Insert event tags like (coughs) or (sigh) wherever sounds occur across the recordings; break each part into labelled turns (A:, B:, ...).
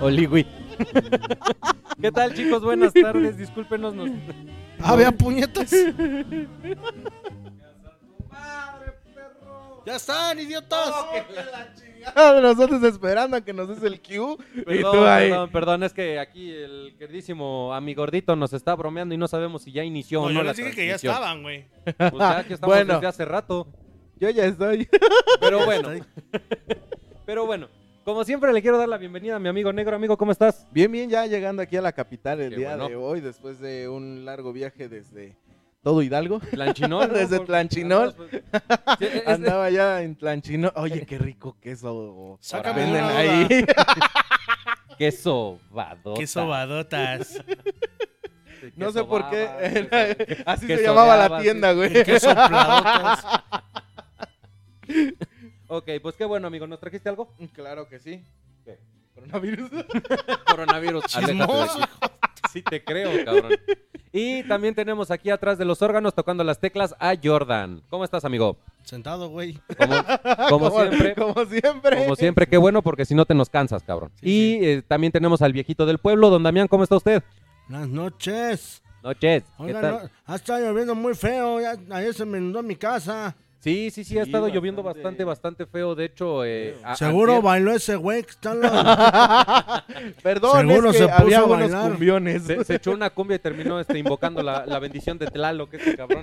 A: Oligui. (laughs) ¿Qué tal, chicos? Buenas tardes. Discúlpenos. nos-
B: Ah, vean
A: (laughs)
B: puñetas. ¡Ya están, idiotas!
C: Ah, Nosotros esperando a que nos des el cue. y
A: Perdón,
C: tú ahí.
A: perdón, perdón, es que aquí el queridísimo amigordito nos está bromeando y no sabemos si ya inició
B: No,
A: o
B: yo
A: no
B: les
A: la
B: dije que ya
A: transmisión.
B: estaban, güey.
A: Pues ya aquí estamos
C: Bueno.
A: desde hace rato.
C: Yo ya estoy. (laughs)
A: Pero bueno. (laughs) Pero bueno. Como siempre le quiero dar la bienvenida a mi amigo negro. Amigo, ¿cómo estás?
C: Bien, bien, ya llegando aquí a la capital el
A: Qué
C: día
A: bueno.
C: de hoy, después de un largo viaje desde todo
A: (laughs)
C: Hidalgo. (laughs)
A: Planchinol. ¿no? pues,
C: Desde
A: Por-
C: Planchinol.
A: Sí, es- es-
C: (laughs) Andaba ya en Tlanchino. Oye, qué rico queso.
B: Sácame
C: Venden
B: una
C: ahí.
B: duda.
A: (laughs) Qué sobadota.
B: Qué sobadotas.
A: Qué
C: No sé por qué.
A: sobaba, qué so-
C: Así
A: que
C: se llamaba
A: soleaba,
C: la
A: sí.
C: tienda, güey.
B: Qué sopladotas.
A: (laughs) Ok, pues qué bueno, amigo. ¿Nos trajiste algo?
C: (laughs) Claro que sí.
A: ¿Qué?
C: Coronavirus.
A: Coronavirus.
B: Chismoso.
A: Ah, Sí te creo, cabrón. Y también tenemos aquí atrás de los órganos tocando las teclas a Jordan. ¿Cómo estás, amigo?
B: Sentado, güey.
A: Como, (laughs) como siempre.
C: (laughs) Como siempre.
A: Como siempre, qué bueno, porque si no te nos cansas, cabrón.
B: Sí,
A: y eh, también tenemos al viejito del pueblo, don Damián, ¿cómo está usted?
D: Buenas noches.
A: Noches. ¿Qué
D: Oigan,
A: tal?
D: no- ha estado lloviendo muy feo. Ya, ayer se me inundó mi
A: Ah,
D: casa.
A: Sí, sí, sí, ha
C: Sí,
A: estado lloviendo bastante, bastante
C: bastante.
A: feo. De hecho, eh, a-
D: Seguro
A: antier-
D: bailó ese güey que está al
A: (laughs)
D: lado.
C: (laughs) Perdón,
D: Seguro
C: es que
D: se puso
C: había
D: a
C: unos
D: bailar. (laughs)
C: cumbiones.
A: se, se echó una cumbia y terminó este, invocando la, la bendición de Tlaloc, ese cabrón.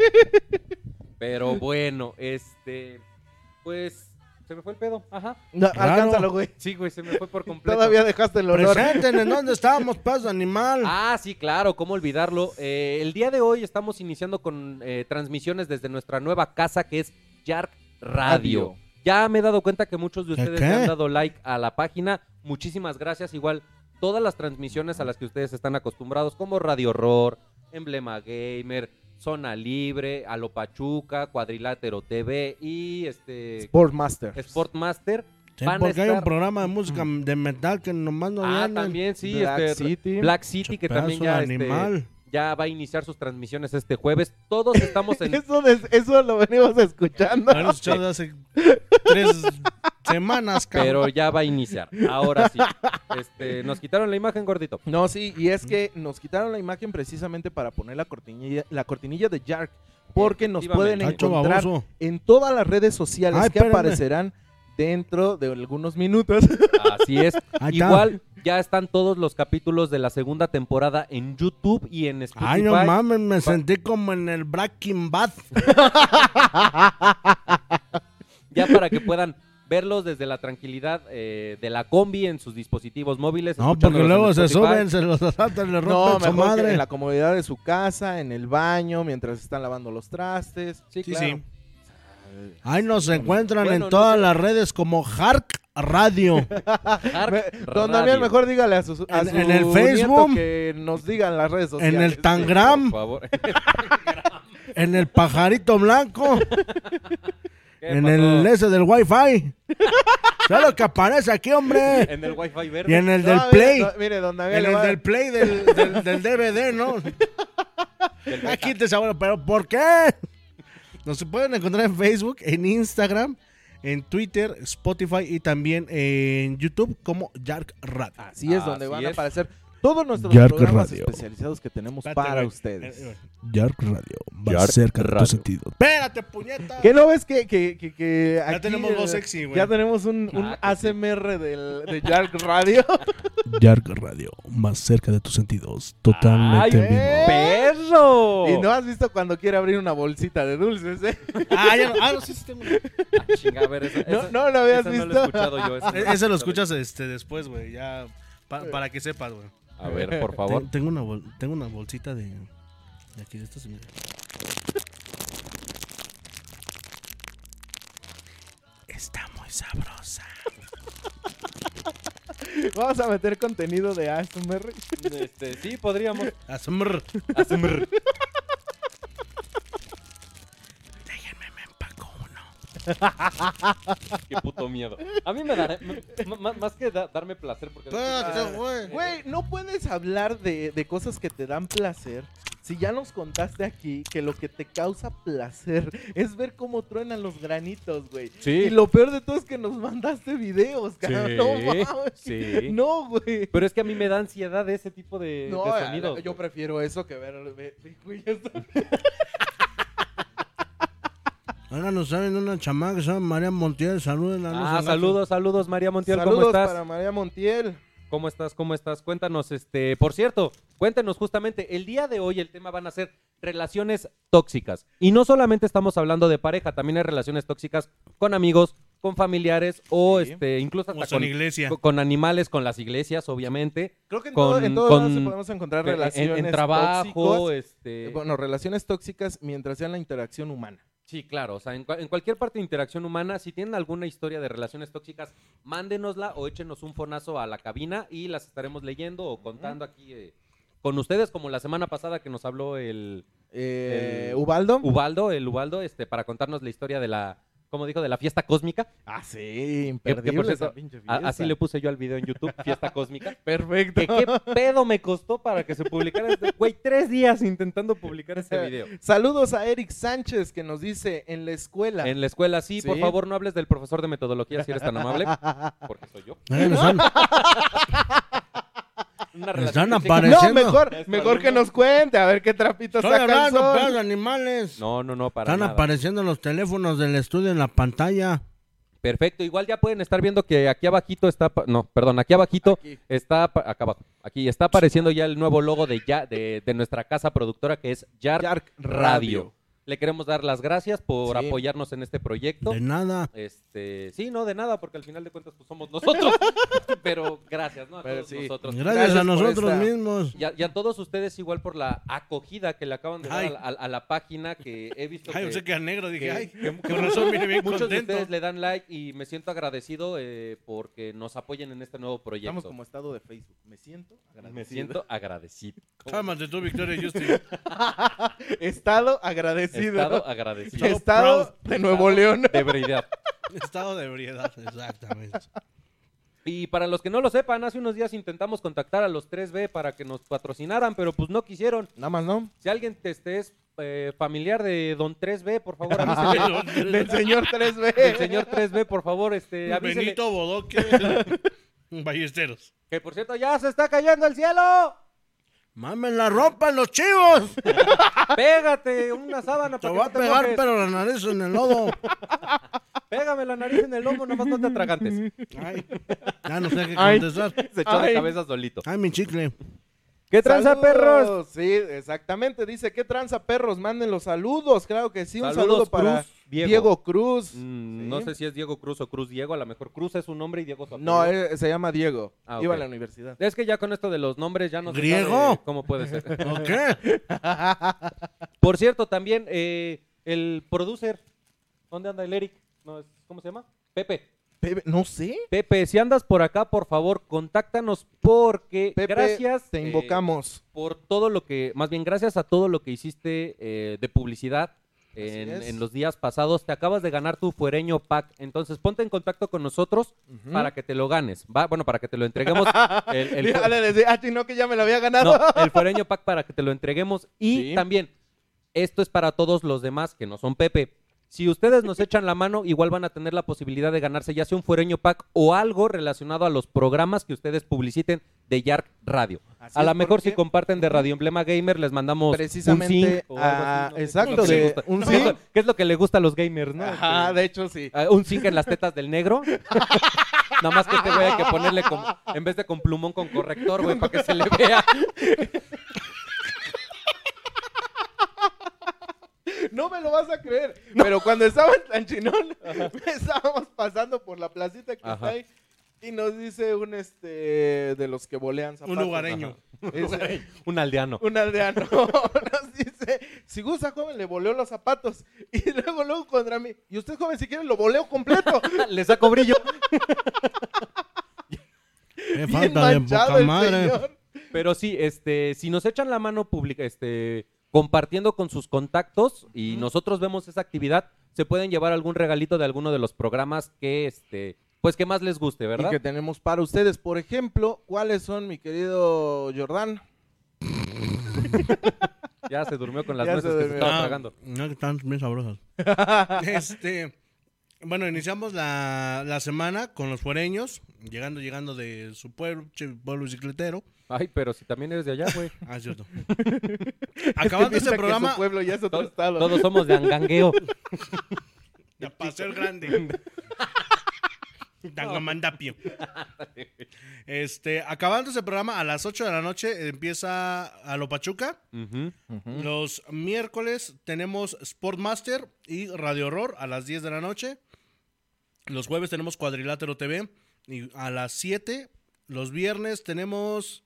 A: Pero bueno, este, pues, se me fue el pedo, ajá.
C: No,
D: Claro.
C: alcánzalo, güey.
A: Sí, güey, se me fue por completo.
C: Todavía dejaste el olor.
D: Presenten en dónde estábamos, pedazo de animal.
A: Ah, sí, claro, cómo olvidarlo. Eh, el día de hoy estamos iniciando con eh, transmisiones desde nuestra nueva casa que es Yark Radio.
C: Radio.
A: Ya me he dado cuenta que muchos de
D: ¿Qué,
A: ustedes
D: qué?
A: le han dado like a la página. Muchísimas gracias. Igual, todas las transmisiones a las que ustedes están acostumbrados, como Radio Horror, Emblema Gamer, Zona Libre, Alopachuca, Cuadrilátero TV y este
C: Sportmaster.
A: Sportmaster.
D: Sí,
A: van a
D: porque hay
A: estar-
D: un programa de música de metal que nomás no
A: ah,
D: vienen.
A: también sí,
C: Black
A: este,
C: City.
A: Black City, que
D: Pedazo
A: también
D: de
A: ya este,
D: animal.
A: (laughs) ya va a iniciar sus transmisiones este jueves.
D: (laughs)
A: Todos estamos en
C: Eso, des- eso lo venimos escuchando.
D: Lo he escuchado hace tres semanas,
A: pero
D: cabrón.
A: ya va a iniciar. Ahora sí. Este, nos quitaron la imagen, gordito.
C: No, sí, y es que nos quitaron la imagen precisamente para poner la cortinilla, la cortinilla de Jark. Porque nos pueden
A: Efectivamente.
D: Cacho
C: encontrar
D: baboso.
C: en todas las redes sociales
D: Ay,
C: que
D: espérenme.
C: aparecerán dentro de algunos minutos.
A: Así es.
D: Ahí está.
A: Igual ya están todos los capítulos de la segunda temporada en YouTube y en Spotify.
D: Ay, no mames, me sentí como en el Breaking Bad.
A: Ya para que puedan verlos desde la tranquilidad eh, de la combi en sus dispositivos móviles.
D: No, porque
A: escuchándolos en
D: luego se
A: Spotify.
D: suben, se los asaltan,
C: No,
D: le rompen su
C: mejor que
D: madre.
C: en la comodidad de su casa, en el baño, mientras están lavando los trastes.
A: Sí,
B: Sí,
A: claro.
B: sí.
D: Ahí nos encuentran
A: Bueno,
D: en
A: no
D: todas las redes como Hark
C: (laughs)
D: Radio.
A: Hark
C: Me- Don Daniel,
A: Radio,
C: mejor dígale a su, a
D: En-
C: su
D: en el
C: nieto
D: Facebook.
C: que nos digan las redes sociales.
D: en el
A: Por
D: Tangram,
A: favor.
D: en el pajarito blanco,
A: ¿Qué
D: (laughs) en
A: pasó?
D: el S del Wi-Fi. ¿Sabes lo que aparece aquí, hombre?
A: en el Wi-Fi verde.
D: Y en el
C: No,
D: del
C: mire,
D: Play.
C: no, mire, don Daniel.
D: En
C: le
D: el
C: va a-
D: del Play del, del, del DVD, ¿no? Aquí te sabrá, pero ¿por qué? Nos pueden encontrar en Facebook, en Instagram, en Twitter, Spotify y también en YouTube como Yark Radio.
C: Así es, donde
A: Así
C: van a
A: es.
C: aparecer todos nuestros
D: Yark
C: programas
D: Radio.
C: especializados que tenemos
D: Espérate,
C: para
D: güey. Eh,
C: ustedes.
D: Yark Radio, más
A: Yark
D: cerca de
A: Radio.
D: tus sentidos. Espérate, puñeta.
C: ¿Qué no ves que, que, que, que aquí,
D: tenemos voz
C: eh,
D: sexy, güey.
C: Ya tenemos un, un
A: Ah, que sí.
C: ASMR del, de Yark Radio.
D: Yark Radio, más cerca de tus sentidos, totalmente
A: ¡Ay,
D: en vivo.
A: perro!
C: Eh, y no has visto cuando quiere abrir una bolsita de dulces, ¿eh?
D: Ah, ya no, ah, no, sí, sí tengo.
A: Ah, chinga, a ver, esa-
C: No,
A: esa-
C: no lo habías
A: esa
C: visto.
A: No la he escuchado yo. E-, esa no la he
D: E-, Ese lo
A: escuchado
D: escuchas este, después, güey, ya pa- para que sepas, güey.
A: yo. A ver, por favor.
D: Ten- Tengo una, bol- tengo una bolsita de, de aquí, de estas. se me- Está muy sabrosa.
C: (laughs) Vamos a meter contenido de ASMR.
A: (laughs) Este, sí, podríamos.
D: Asmr.
A: Asmr.
D: Déjenme, me empaco uno.
A: Qué puto miedo. A mí me da. m- m- más, que da- darme
C: Ah,
A: placer, porque.
D: Espérate, güey.
C: Güey, no puedes hablar de, de cosas que te dan placer si ya nos contaste aquí que lo que te causa placer es ver cómo truenan los granitos, güey. Y
A: Sí,
C: lo peor de todo es que nos mandaste videos, cabrón. No
A: Sí,
C: mames.
A: sí.
C: No, güey.
A: Pero es que a mí me da ansiedad ese tipo de,
C: No,
A: de
C: a-
A: sonidos.
C: yo
A: güey.
C: prefiero eso que ver. ve- ve- güey, esto-
A: (laughs)
D: Ahora nos saben una chamaca que se llama María Montiel. Saluden a
A: Ah, saludos, saludos, María Montiel, ¿cómo
C: Saludos
A: estás?
C: para María Montiel.
A: ¿Cómo estás? ¿Cómo estás? Cuéntanos, este, por cierto, cuéntanos justamente, el día de hoy el tema van a ser relaciones tóxicas. Y no solamente estamos hablando de pareja, también hay relaciones tóxicas con amigos, con familiares o
C: Sí.
A: este, incluso
D: Como
A: hasta
D: son
A: con,
D: iglesia. (laughs)
A: con- con animales, con las iglesias, obviamente.
C: Creo que en
A: Con-
C: todo, en todo
A: con-
C: lado se podemos encontrar
A: En-
C: relaciones
A: en, en trabajo,
C: tóxicos.
A: este.
C: Eh, Bueno, relaciones tóxicas mientras sea en la interacción humana.
A: Sí, claro. O sea, en, cua- en cualquier parte de interacción humana, si tienen alguna historia de relaciones tóxicas, mándenosla o échenos un fonazo a la cabina y las estaremos leyendo o contando aquí eh, con ustedes, como la semana pasada que nos habló el
C: Eh,
A: El-
C: Ubaldo.
A: Ubaldo, el Ubaldo, este, para contarnos la historia de la, como dijo, de la fiesta cósmica.
C: ah, sí,
A: Que- que
C: imperdible.
A: por
C: esa
A: cierto,
C: pinche
A: a-
C: fiesta.
A: así le puse yo al video en YouTube, fiesta cósmica.
C: (laughs) Perfecto.
A: Que qué pedo me costó para que se publicara este, güey, tres días intentando publicar ese video.
C: Saludos a Eric Sánchez que nos dice en (laughs) la escuela.
A: En la escuela, sí, por
C: Sí.
A: favor, no hables del profesor de metodología si eres tan amable, porque soy yo.
D: Ahí nos
A: (laughs)
D: han-
A: Una
D: Están
A: relación tóxica.
D: apareciendo.
C: No, mejor,
A: Nuestro
C: mejor que
A: alumno.
C: nos cuente, a ver qué trapitos
D: Estoy
C: saca el
D: hablando,
C: sol.
D: pedos animales.
A: No, no, no, para
D: Están
A: nada.
D: apareciendo los teléfonos del estudio en la pantalla.
A: Perfecto, igual ya pueden estar viendo que aquí abajito está, pa- no, perdón, aquí abajito
C: Aquí.
A: está, pa- acá abajo, aquí está apareciendo ya el nuevo logo de, ya, de, de nuestra casa productora que es Yark,
C: Yark
A: Radio. Le queremos dar las gracias por
C: Sí.
A: apoyarnos en este proyecto.
D: De nada.
A: Este, sí, no, de nada, porque al final de cuentas pues somos
D: (laughs)
A: nosotros. Pero gracias, ¿no? A
C: Pero
A: todos
C: sí.
A: nosotros.
D: Gracias,
C: gracias
D: a
C: por
D: nosotros
C: esta-
D: mismos.
A: Y a, y a todos ustedes igual por la acogida que le acaban de dar
D: Ay.
A: a, la- a la página que he visto
D: Ay,
A: que-
D: yo sé que a negro
A: que-
D: dije, ay,
A: que-
D: con razón viene (laughs) bien
A: Muchos de ustedes
D: contento.
A: le dan like y me siento agradecido eh, porque nos apoyen en este nuevo proyecto.
C: Estamos como estado de Facebook. Me siento agradecido.
A: Me siento
D: (laughs)
A: agradecido.
D: Cálmate tú, Victoria Justin.
C: (laughs) Estado agradecido.
A: Estado
C: Estado,
A: agradecido.
C: de Nuevo León.
A: De verdad.
D: Estado de ebriedad, (laughs) exactamente.
A: Y para los que no lo sepan, hace unos días intentamos contactar a los 3B para que nos patrocinaran, pero pues no quisieron.
C: Nada más, ¿no?
A: Si alguien te te es eh, familiar de Don 3B, por
D: (laughs)
A: favor, avísele.
C: Del señor 3B.
A: El señor 3B, por favor, este, avísele.
D: Benito Bodoque.
A: (laughs)
D: Ballesteros.
A: Que por cierto, ya se está cayendo el cielo.
D: Mamen la ropa en los chivos.
A: (laughs) Pégate una
D: (laughs)
A: sábana
D: Te
A: para que
D: va
A: no
D: a
A: te
D: pegar,
A: mojes.
D: pero la nariz en el lodo.
A: Pégame la nariz en el lomo, nomás no te atragantes.
D: Ay, ya no sé qué
C: Ay.
D: contestar.
A: (laughs) Se echó de
C: Ay.
A: cabeza solito.
D: Ay, mi chicle.
A: ¿Qué (laughs) tranza,
C: Saludos.
A: perros?
C: Sí, exactamente. Dice, ¿qué tranza, perros? Manden los saludos. Claro que sí. Un
A: Saludos,
C: saludo para
A: Cruz, Diego.
C: Diego, Cruz.
A: Mm,
C: Sí.
A: No sé si es Diego Cruz o Cruz Diego. A lo mejor Cruz es un nombre y Diego es su
C: No,
A: apellido.
C: él eh, se llama Diego.
A: Ah,
C: Iba
A: ok.
C: a la universidad.
A: Es que ya con esto de los nombres ya no se
D: ¿Griego?
A: sabe cómo puede ser. (laughs)
D: ¿O qué?
A: Por cierto, también eh, el producer. ¿Dónde anda el Eric? No, es- ¿Cómo se llama? Pepe.
C: Pepe, no sé.
A: Pepe, si andas por acá, por favor, contáctanos porque
C: Pepe,
A: gracias.
C: te
A: eh,
C: invocamos. (laughs)
A: por todo lo que, más bien gracias a todo lo que hiciste eh, de publicidad en,
C: es.
A: en los días pasados, te acabas de ganar tu fuereño pack. Entonces ponte en contacto con nosotros
C: Ujú.
A: para que te lo ganes. ¿va? Bueno, para que te lo
C: (laughs)
A: entreguemos. el, el-
C: Ah, le decía, ah, chino, que ya me lo había ganado. (laughs)
A: no, el fuereño pack para que te lo entreguemos. Y
C: Sí.
A: también, esto es para todos los demás que no son Pepe. Si ustedes
C: (laughs)
A: nos echan la mano, igual van a tener la posibilidad de ganarse ya sea un fuereño pack o algo relacionado a los programas que ustedes publiciten de Yark Radio.
C: Así
A: A
C: es,
A: lo mejor si
C: porque
A: comparten de Radio Emblema Gamer les mandamos un
C: precisamente
A: zinc o algo
C: ah,
A: así, no sé,
C: exacto
A: ¿qué les
C: de
A: gusta?
C: un
A: ¿Qué es lo-
C: zinc.
A: ¿Qué es lo que le gusta a los gamers, no?
C: Ajá,
A: Este,
C: de hecho sí.
A: ah, un zinc en las tetas del negro. (laughs) Nada más que este güey hay que ponerle con- en vez de con plumón con corrector, güey, para que se le vea.
C: No me lo vas
A: (laughs)
C: a creer, pero cuando estaba en Tanchinón, (laughs) estábamos pasando por la placita que
A: Ajá.
C: está ahí y nos dice un este de los que volean zapatos.
D: Un lugareño.
C: (laughs) Ajá. Dice,
A: (laughs) Un aldeano.
C: un aldeano (laughs) nos dice, si gusta joven le voleo los zapatos y luego luego contra mí. Y usted joven si quiere lo voleo
D: (laughs)
C: completo.
A: Le saco brillo.
D: Qué
C: Bien
D: falta de
C: manchado
D: poca
C: el
D: madre. Ah,
C: señor.
A: Pero sí, este, si nos echan la mano pública, este, compartiendo con sus contactos y nosotros vemos esa actividad, se pueden llevar algún regalito de alguno de los programas que, este, pues que más les guste,
C: Y
A: ¿verdad?
C: que tenemos para ustedes, por ejemplo, ¿cuáles son, mi querido Jordán?
A: Ya se durmió
C: (laughs)
A: con las
C: Ya se
A: nueces que se
C: durmió.
A: estaba
D: Ah,
A: tragando.
D: No, que están
C: (laughs)
D: bien sabrosas. este, bueno, iniciamos la, la semana con los fuereños, llegando, llegando de su pueblo, che, pueblo bicicletero.
A: Ay, pero si también eres de allá,
C: (laughs)
A: güey.
D: Ah, cierto. Acabando
C: Piensa
D: este
C: que
D: programa,
C: su pueblo ya es otro estado.
A: Todos somos de angangueo.
D: de
C: (laughs)
D: Paseo Grande. Tangamandapio. Este, acabando este programa a las 8 de la noche empieza a lo Pachuca.
A: Ujú.
D: Los miércoles tenemos Sportmaster y Radio Horror a las 10 de la noche. Los jueves tenemos Cuadrilátero TV y a las 7. Los viernes tenemos...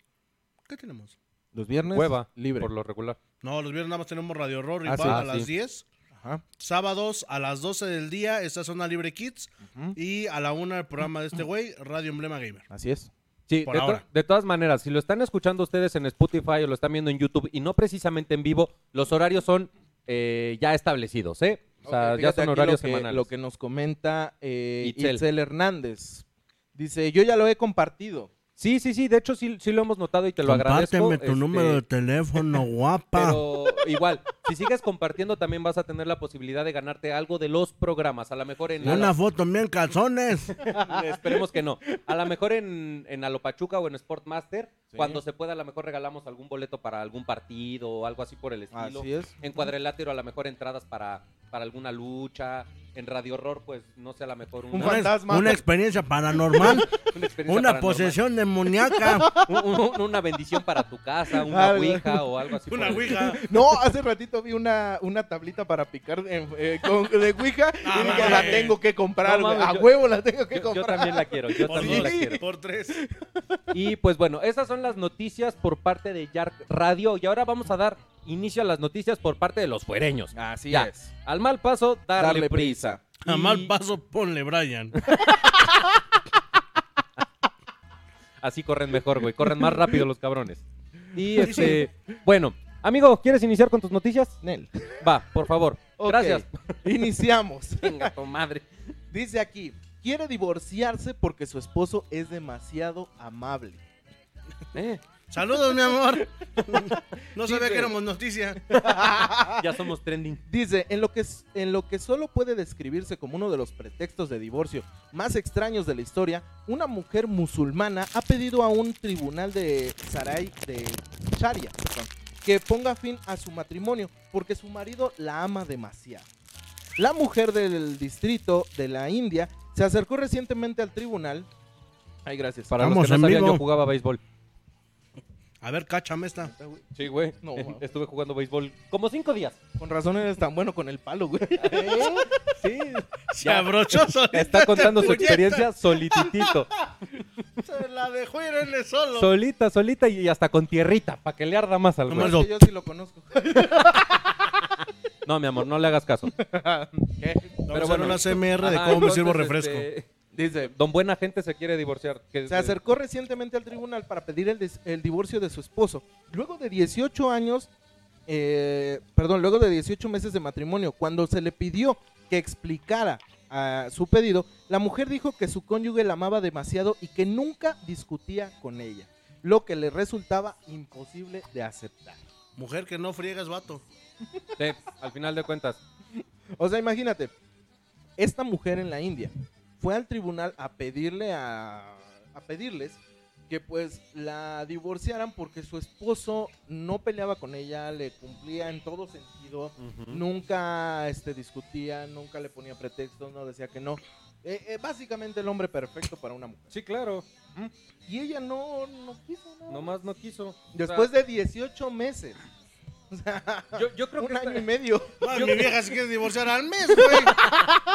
D: ¿Qué tenemos?
E: Los viernes.
A: Hueva,
E: Libre.
A: por lo regular.
D: No, los viernes nada más tenemos Radio Horror
E: Ah,
D: igual
E: sí.
D: a
A: Ah,
D: las
A: sí.
D: 10.
E: Ajá.
D: Sábados a las 12 del día está Zona Libre Kids. Y a la 1 el programa de este güey, Radio Emblema Gamer.
E: Así es.
A: Sí,
D: Por
A: de, to-
D: ahora.
A: de todas maneras, si lo están escuchando ustedes en Spotify o lo están viendo en YouTube y no precisamente en vivo, los horarios son eh, ya establecidos, ¿eh? O sea,
E: Ok,
A: ya
E: fíjate
A: son
E: aquí
A: horarios
E: lo que,
A: semanales.
E: Lo que nos comenta eh,
A: Itzel.
E: Itzel. Hernández. Dice, yo ya lo he compartido.
A: Sí, sí, sí, de hecho sí, sí lo hemos notado y te lo agradezco.
D: Compárteme tu
A: este,
D: número de teléfono, guapa.
A: Pero igual, si sigues compartiendo también vas a tener la posibilidad de ganarte algo de los programas, a lo mejor en...
D: Una foto en
A: (laughs)
D: bien calzones.
A: Esperemos que no. A lo mejor en, en Alopachuca o en Sportmaster,
E: Sí.
A: cuando se pueda, a lo mejor regalamos algún boleto para algún partido o algo así por el
D: Ah,
A: estilo.
E: Así es.
A: En cuadrilátero, a lo mejor entradas para, para alguna lucha. En Radio Horror, pues no sé, a lo mejor una,
C: Un
D: Una,
C: fantasma.
D: una experiencia paranormal.
A: una experiencia
D: Una
A: paranormal.
D: posesión demoníaca.
A: Un- un- una bendición para tu casa, una
C: Algo.
A: ouija o algo así. por el-
D: ouija.
C: No, hace ratito vi una, una tablita para picar en- eh, con- de
D: (laughs)
C: Ouija
D: Ah,
C: y dije, la
D: mames.
C: tengo que comprar,
A: No
C: güey.
A: mames,
C: a
A: yo-
C: huevo la tengo que
A: Yo, yo
C: comprar.
A: también la quiero, yo
D: Por
A: también la
D: dos,
A: quiero.
D: por tres.
A: Y pues bueno, esas son las noticias por parte de Yark Radio. Y ahora vamos a dar inicio a las noticias por parte de los fuereños.
C: Ah.
E: Así
A: Ya.
E: es.
A: Al mal paso, darle,
E: Darle
A: prisa.
E: prisa.
D: A
A: Y-
D: mal paso, ponle Brian.
A: Así corren mejor, güey. Corren más rápido los cabrones. Y este. Bueno, amigo, ¿quieres iniciar con tus noticias?
E: Nel.
A: Va, por favor.
C: Ok,
A: Gracias.
C: Iniciamos.
A: Venga, tu madre.
C: Dice aquí, quiere divorciarse porque su esposo es demasiado amable.
A: Eh,
D: Saludos, mi amor. No
C: Sí,
D: sabía que
C: pero-
D: éramos noticia.
A: ya somos trending.
C: Dice, en lo, que, s- en lo que solo puede describirse como uno de los pretextos de divorcio más extraños de la historia, una mujer musulmana ha pedido a un tribunal de Sarai de Sharia perdón, que ponga fin a su matrimonio porque su marido la ama demasiado. La mujer del distrito de la India se acercó recientemente al tribunal. Ay, gracias.
A: Para
D: Vamos,
A: los que no sabían,
D: amigo.
A: yo jugaba béisbol.
D: A ver, cáchame esta.
A: Sí, güey. (laughs)
C: No,
A: Eh,
C: wow.
A: Estuve jugando béisbol como cinco días.
C: Con razón eres tan bueno con el palo, güey.
A: Sí.
D: Se abrochó solita
A: Está contando su
D: puñeta.
A: experiencia
C: (laughs)
A: solititito.
D: Se la dejó irle solo.
A: Solita, solita y hasta con tierrita, para que le arda más al güey.
D: Nomás
C: Es que yo sí lo conozco.
A: No, mi amor, no le hagas caso.
D: Pero
A: bueno.
D: bueno, la CMR de
A: Ajá,
D: cómo me
A: entonces,
D: sirvo refresco.
A: este,
C: Dice,
A: don Buena Gente se quiere divorciar. que-
C: Se acercó recientemente al tribunal para pedir el, des- el divorcio de su esposo. Luego de 18 años, eh, perdón, luego de 18 meses de matrimonio, cuando se le pidió que explicara ah, su pedido, la mujer dijo que su cónyuge la amaba demasiado y que nunca discutía con ella, lo que le resultaba imposible de aceptar.
D: Mujer que no friegas, vato.
A: Sí, al final de cuentas.
C: O sea, imagínate, esta mujer en la India fue al tribunal a pedirle a, a pedirles que pues la divorciaran porque su esposo no peleaba con ella, le cumplía en todo sentido, nunca este, discutía, nunca le ponía pretextos, no decía que no. Eh, eh, básicamente el hombre perfecto para una mujer.
A: Sí, claro.
C: Y ella no, no quiso, ¿no?
A: Nomás no quiso.
C: Después de 18 meses,
A: Yo, yo Ah, creo que
C: un año
A: esta-
C: y medio.
D: Ay, Ah, mi vieja se quiere divorciar al mes, güey.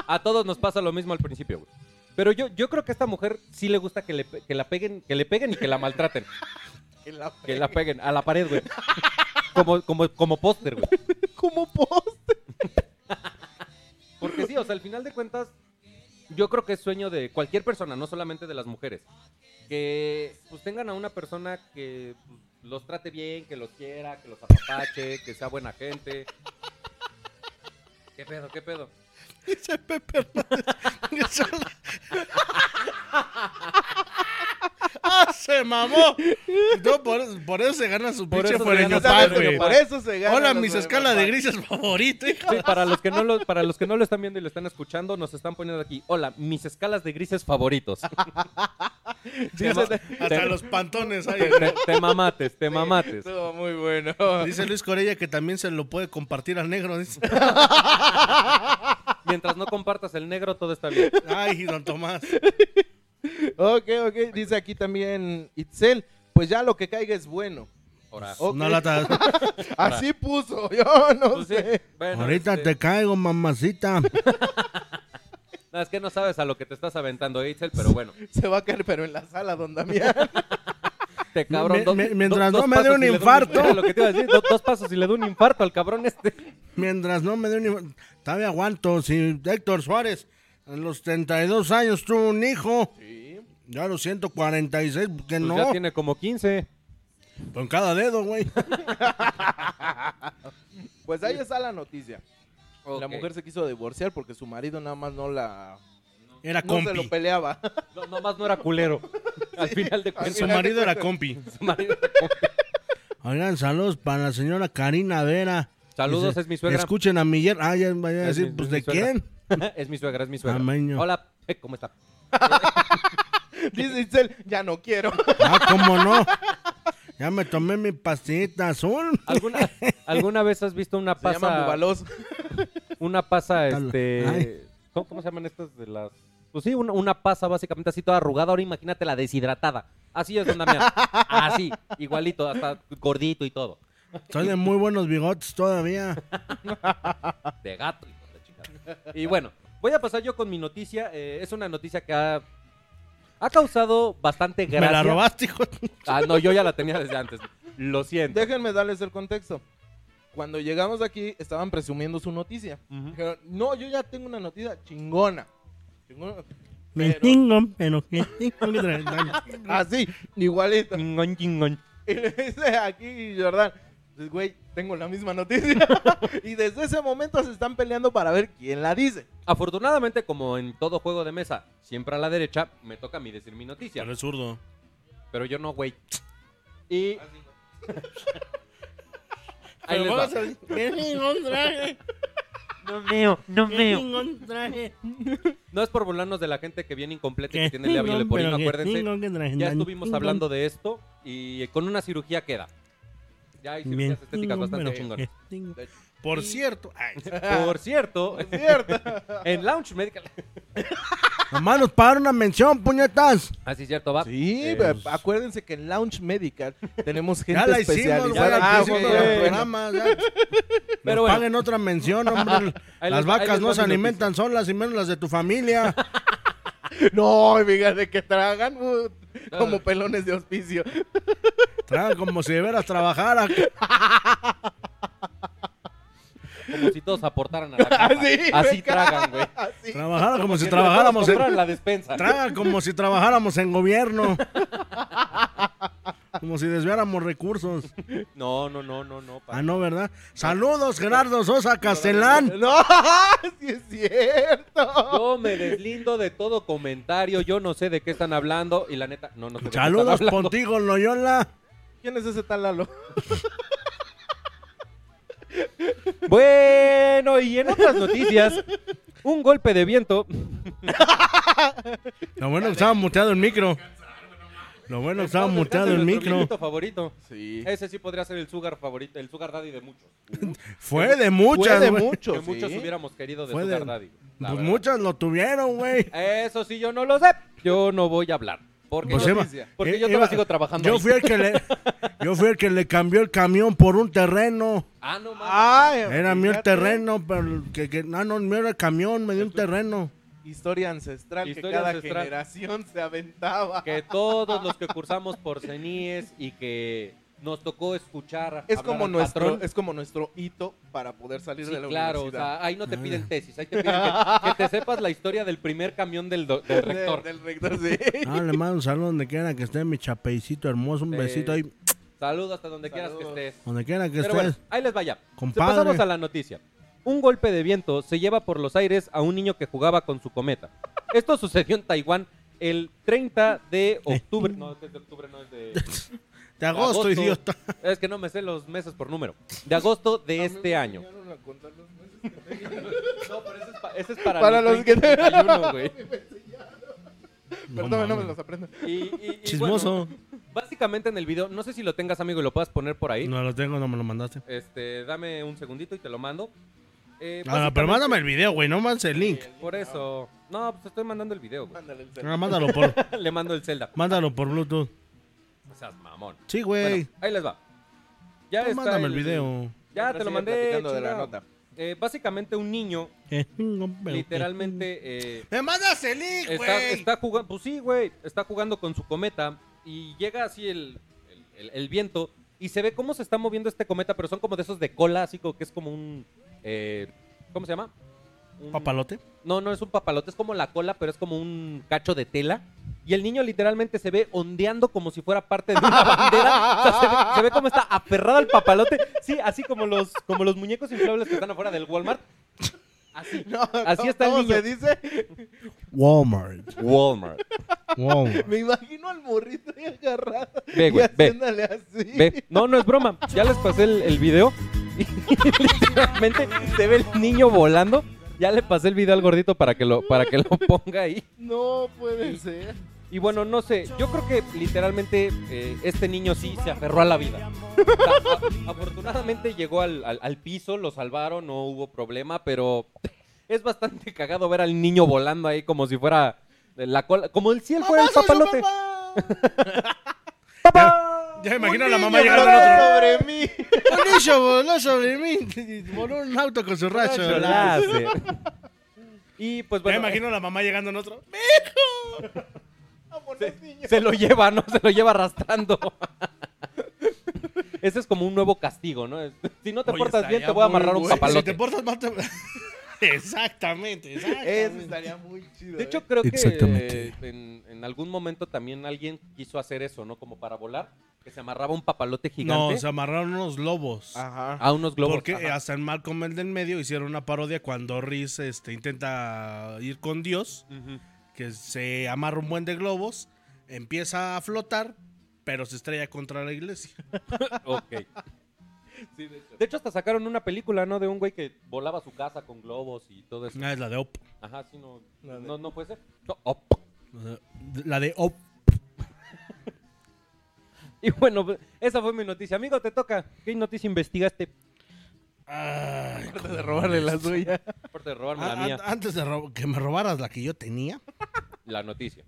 A: a todos nos pasa lo mismo al principio, güey. Pero yo, yo creo que a esta mujer sí le gusta que, le, pe- que la peguen, que le peguen y que la maltraten.
C: que (laughs) la
A: Que la peguen a la pared, güey. Como, como, como póster, güey.
C: ¿Cómo post?
A: Porque sí, o sea, al final de cuentas, yo creo que es sueño de cualquier persona, no solamente de las mujeres. Que pues tengan a una persona que pues, los trate bien, que los quiera, que los apapache, que sea buena gente. ¿Qué pedo, qué pedo?
D: Dice Pepe Hernández. Que son- (laughs) Ah, ¡Se mamó! No, por, por eso se gana su
A: Por
D: pinche
A: eso se gana su
D: Fuereñopal,
A: pinche
D: güey.
A: Fuereñopal.
C: Por eso se gana.
D: Hola,
C: los
D: mis
C: nueve
D: escala de
C: papas.
D: grises favorito. hijo.
A: Sí, para, los que no lo, para los que no lo están viendo y lo están escuchando, nos están poniendo aquí. Hola, mis escalas de grises
D: (laughs)
A: favoritos. te, ma-
D: Hasta
A: te-
D: los pantones hay.
A: te- te mamates, te mamates.
E: Estuvo muy bueno.
D: Dice Luis Corella que también se lo puede compartir al
A: (laughs)
D: negro. dice.
A: Mientras no compartas el negro, todo está bien.
D: Ay, don Tomás.
C: (laughs) Ok, ok. Dice aquí también Itzel. Pues ya lo que caiga es bueno.
A: Ahora,
C: Ok.
D: No lata.
C: Así puso, (laughs) yo no
A: pues sí,
C: sé.
A: bueno,
D: Ahorita
A: este,
D: te caigo, mamacita.
A: no, es que no sabes a lo que te estás aventando, Itzel, pero bueno.
C: Se va a caer, pero en la sala, don Damián.
A: Te cabrón.
D: mi-
A: dos-
D: mi- mientras
A: dos- dos
D: no me dé
A: pasos
D: un
A: y le doy
D: infarto.
A: era lo que te iba a decir, do- dos pasos y le doy un infarto al cabrón este.
D: Mientras no me den ni... Todavía aguanto. Si Héctor Suárez a los 32 años tuvo un hijo. Ya a los 146, que
A: Pues
D: no.
A: ya tiene como 15.
D: Con cada
A: (laughs)
D: dedo, güey.
C: Pues ahí está la noticia. La
A: Ok.
C: mujer se quiso divorciar porque su marido nada más no la...
D: Era
C: No se lo
D: compi.
C: peleaba. (laughs)
A: No, nomás no era
D: (laughs)
A: culero. Al final de cuentas.
D: Su marido era compi.
A: su marido-
D: Oigan, saludos para la señora Karina Vera.
A: Saludos,
D: Dice,
A: es mi suegra.
D: Escuchen a Miller. Ah, ya vaya a
A: Es
D: decir,
A: mi-
D: pues,
A: es mi
D: ¿de
A: suegra.
D: quién?
A: (laughs) es mi suegra, es mi suegra.
D: Tamaño.
A: Hola, eh, ¿cómo está?
C: Dice Itzel, ya no quiero.
D: Ah, cómo no. Ya me tomé mi pastillita azul.
A: ¿Alguna, ¿Alguna vez has visto una
C: Se llama
A: pasa?
C: Bubalos.
A: Una pasa,
D: Tal-
A: este.
D: Ay.
A: ¿cómo, cómo se llaman estas de las.? Pues sí, una, una pasa básicamente así toda arrugada. Ahora imagínate la deshidratada. Así es, don Damián. Así, igualito, hasta gordito y todo.
D: Soy de muy buenos bigotes todavía.
A: De gato, hijo de chingada. Y bueno, voy a pasar yo con mi noticia. eh, es una noticia que ha, ha causado bastante gracia.
D: Me la robaste, hijo.
A: Ah, no, yo ya la tenía desde antes. Lo siento.
C: Déjenme darles el contexto. Cuando llegamos aquí, estaban presumiendo su noticia.
A: Ujú.
C: Dijeron, no, yo ya tengo una noticia chingona. Chingona.
D: Me
C: Pero-
D: chingo, pero me chingo que trae-
C: Así, igualito.
A: Chingón, chingón.
C: (laughs) Y le dice aquí Jordán, pues, güey, tengo la misma noticia. (laughs) y desde ese momento se están peleando para ver quién la dice.
A: Afortunadamente, como en todo juego de mesa, siempre a la derecha, me toca a mí decir mi noticia.
D: Pero es (laughs) zurdo.
A: Pero yo no, güey.
D: (laughs)
A: Y. Ahí
D: Pero
A: les va.
D: vamos a ver. Qué chingón traje.
A: No veo, no
D: Qué chingón traje.
A: No es por burlarnos de la gente que viene incompleta y
D: Qué
A: que tiene labio
D: chingón,
A: leporino,
D: pero qué
A: acuérdense.
D: chingón que traje.
A: Ya
D: Tan
A: estuvimos
D: chingón.
A: hablando de esto y con una cirugía queda. Ya hay
D: Bien
A: cirugías estéticas
D: chingón,
A: bastante
D: pero
A: chingonas.
D: qué chingón. Por cierto,
A: (laughs)
D: ay,
A: Por cierto, (laughs)
C: ¿Cierto?
A: en Lounge Medical.
D: nomás nos pagaron una mención, puñetas.
A: Así Ah, es cierto, va.
C: Sí,
A: Eh,
C: pero acuérdense que en Lounge
D: (laughs)
C: Medical tenemos gente
D: Pues. Ya la hicimos,
C: especializada.
D: güey, la
C: Ah,
D: hicimos
C: ok,
D: en el
C: bueno.
D: programa, ya.
A: Pero
D: Nos
A: bueno.
D: paguen otra mención, hombre.
A: Ahí
D: Las
A: les va- ahí
D: vacas
A: les
D: no
A: va
D: se
A: mi
D: alimentan solas y menos las de
A: (laughs)
D: tu familia.
C: (laughs) No, fíjate que tragan uh,
A: No,
C: como
A: no.
C: pelones
A: (laughs)
C: de hospicio. (laughs)
D: Tragan como si de veras trabajara.
A: Como si todos aportaran
D: (laughs)
A: a la casa.
C: Así,
A: Así,
C: güey.
A: tragan, güey.
C: Así.
D: Trabajara como si
A: Que todos
D: trabajáramos en,
A: compraran la despensa.
D: Traga como si trabajáramos en gobierno. Como si desviáramos recursos.
A: No, no, no, no, no. pa-
D: Ah, no, ¿verdad? Saludos, Gerardo Sosa Castellán.
C: No, sí es cierto.
A: Yo me deslindo de todo comentario. Yo no sé de qué están hablando. Y la neta, no, no sé de qué están
D: Saludos,
A: hablando.
D: Pontigo Loyola.
C: ¿Quién es ese tal Lalo?
A: Bueno, y en otras noticias, un golpe de viento.
D: Lo bueno que estaba muteado el micro. Lo bueno que estaba muteado el
A: Nuestro
D: micro.
A: vinilito favorito.
C: Sí.
A: Ese sí podría ser el sugar favorito, el sugar daddy de muchos.
D: Fue de
C: Muchas,
D: muchas,
C: de
D: güey.
C: muchos,
A: que muchos
C: sí.
A: hubiéramos querido de
D: Fue
A: sugar
D: de-
A: daddy. la
D: Pues
A: verdad.
D: muchas lo
A: (laughs)
D: tuvieron, güey.
A: Eso sí, yo no lo sé. Yo no voy a hablar. Porque,
D: Pues
A: yo,
D: Eva,
A: porque
D: eh,
A: yo todavía
D: Eva,
A: sigo trabajando.
D: Yo
A: ahí.
D: fui el que le, yo fui el que le cambió el camión por un terreno.
A: Ah, no mames.
C: Ay,
A: (laughs)
D: Era mío el
C: fíjate.
D: terreno, pero que, que- ah, no, mío era el camión, me dio un terreno.
C: Historia ancestral que
A: Historia
C: cada
A: ancestral.
C: generación se aventaba.
A: Que todos los que cursamos por CENIES y que nos tocó escuchar.
C: Es
A: hablar
C: como,
A: al
C: nuestro,
A: patrón.
C: es como nuestro hito para poder salir
A: Sí,
C: de la
A: claro, o
C: universidad.
A: sea, ahí no te piden tesis, ahí te piden que, que te sepas la historia del primer camión del, do- del
C: De-
A: rector.
C: Del rector,
E: (laughs)
C: sí.
D: Ah, le mando un saludo donde quiera que esté mi chapeicito hermoso. Un
A: Sí.
D: besito ahí,
A: Saludos hasta donde quieras que
C: Saludos.
A: estés.
D: donde quiera que
A: Pero
D: estés.
A: bueno, ahí les vaya.
D: Compadre.
A: Pasamos a la noticia. Un golpe de viento se lleva por los aires a un niño que jugaba con su cometa. Esto sucedió en Taiwán el 30 de
D: Eh.
A: octubre. No, este es de octubre, no es de.
D: De agosto,
A: agosto.
D: idiota.
A: (laughs) Es que no me sé los meses por número. De agosto de este año. (laughs) No, pero ese es, pa- ese es para,
E: Para
A: los,
E: los que-
A: 30 y
E: (laughs)
A: 31, güey.
E: Perdóname, no me
D: mames.
E: los aprendo.
A: Y- y- y
D: Chismoso.
A: bueno, básicamente en el video, no sé si lo tengas, amigo, y lo puedas poner por ahí.
D: No lo tengo, no me lo mandaste.
A: Este, dame un segundito y te lo mando. Eh,
D: No, no, pero
A: básicamente-
D: mándame el video, güey. Ah, No mandes el link.
A: Por eso. No, pues te estoy mandando el video,
E: (laughs)
A: güey.
E: Ándale, el
D: Ah, mándalo por,
A: Le mando el Zelda.
D: mándalo por Bluetooth.
A: No seas mamón.
D: Sí,
A: Bueno,
D: güey.
A: ahí les va. Ya
D: Tú
A: está
D: mándame el (laughs) video.
A: Ya te
E: Siempre
A: lo
E: sigue
A: mandé.
E: platicando de la
A: chingado.
E: nota.
A: Eh, básicamente un niño, literalmente, eh,
D: ¡Me mandas el link,
A: está, está jugando, pues sí, güey, está jugando con su cometa y llega así el, el- el- el viento y se ve cómo se está moviendo este cometa, pero son como de esos de cola, así como que es como un, eh, ¿cómo se llama? Un-
D: Papalote.
A: No, no es un papalote, es como la cola, pero es como un cacho de tela. Y el niño literalmente se ve ondeando como si fuera parte de
E: (laughs)
A: una bandera. O sea, se, ve, se ve como está aferrado al papalote. Sí, así como los, como los muñecos inflables que están afuera del Walmart. Así.
E: (laughs) No,
A: Así está el
E: ¿cómo
A: niño.
E: se dice?
D: Walmart.
A: Walmart.
D: Walmart.
E: Me imagino al morrito ahí agarrado
A: Ve,
E: (laughs) y
A: güey, ve,
E: haciéndole así.
A: ve. No, no es broma. Ya les pasé el, el video. (laughs) Y literalmente se ve el niño volando. Ya le pasé el video al gordito para que lo, para que lo ponga ahí.
E: No puede ser.
A: Y bueno, no sé, yo creo que literalmente eh, este niño sí se aferró a la vida. O sea, a- afortunadamente llegó al, al- al piso, lo salvaron, no hubo problema, pero es bastante cagado ver al niño volando ahí como si fuera de la cola, como el cielo fuera el papalote.
D: (laughs) Ya me imagino a la
E: Un
D: mamá
E: niño
D: llegando al otro.
E: voló sobre mí.
D: Un niño voló sobre mí. Voló un auto con su racho.
A: Rayo láser. Y pues
D: Ya me
A: bueno,
D: imagino a la mamá llegando en otro.
E: Vámonos,
A: (laughs)
E: niño.
A: se lo lleva, ¿no? Se lo lleva arrastrando. (laughs) Ese es como un nuevo castigo, ¿no? Es- Si no te
B: Oye,
A: portas bien,
B: estaría
A: te voy a
B: muy
A: amarrar un
B: bueno.
D: Si
A: papalote.
D: te portas mal, te... (laughs) Exactamente,
E: Eso
D: exactamente.
E: estaría muy chido.
A: De
E: ¿eh?
A: hecho, creo que
D: Exactamente.
A: eh, en, en algún momento también alguien quiso hacer eso, ¿no? Como para volar, que se amarraba un papalote gigante Ah,
D: No, se amarraron unos lobos.
E: Ajá.
A: a unos globos.
D: Porque
A: Ajá.
D: hasta en Malcolm el del medio hicieron una parodia cuando Riz este, intenta ir con Dios,
A: Ujú.
D: que se amarra un buen de globos, empieza a flotar, pero se estrella contra la iglesia.
A: Ok. de, hecho. hasta sacaron una película, ¿no? De un güey que volaba a su casa con globos y todo eso.
D: Ah, es la de Op.
A: Ajá, sí, no.
E: La de-
A: No, no puede ser. No, op. (laughs)
D: La de Op.
A: Y bueno, pues, esa fue mi noticia. Amigo, te toca. ¿Qué noticia investigaste?
D: Ay,
E: Aparte de robarle la suya.
A: Aparte de robarme la
D: a-
A: mía,
D: a- Ah, antes de ro- que me robaras la que yo tenía,
A: la noticia.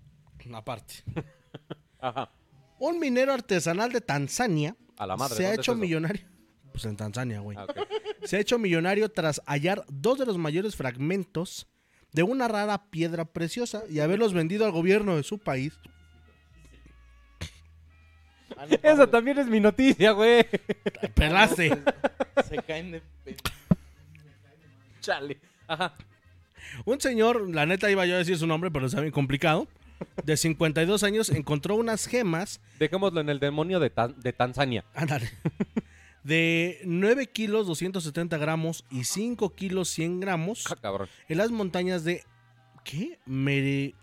D: aparte.
A: Ajá.
D: Un minero artesanal de Tanzania
A: A la madre.
D: se ha
A: ¿dónde es
D: hecho
A: eso?
D: millonario. Pues en Tanzania, güey.
A: Ah, ok.
D: Se ha hecho millonario tras hallar dos de los mayores fragmentos de una rara piedra preciosa y haberlos vendido al gobierno de su país.
E: Ah, no,
A: Esa
E: Pablo,
A: también es mi noticia, güey.
D: Te (laughs) Pelaste.
E: Se caen de. pe-
A: Chale. Ajá.
D: Un señor, la neta iba yo a decir su nombre, pero está bien complicado, de 52 años encontró unas gemas,
A: Dejémoslo en el demonio de, Tan- de Tanzania. (laughs)
D: ándale, de 9 kilos 270 gramos y 5 kilos 100 gramos
A: Ah, cabrón.
D: en las montañas de... ¿Qué? Mere...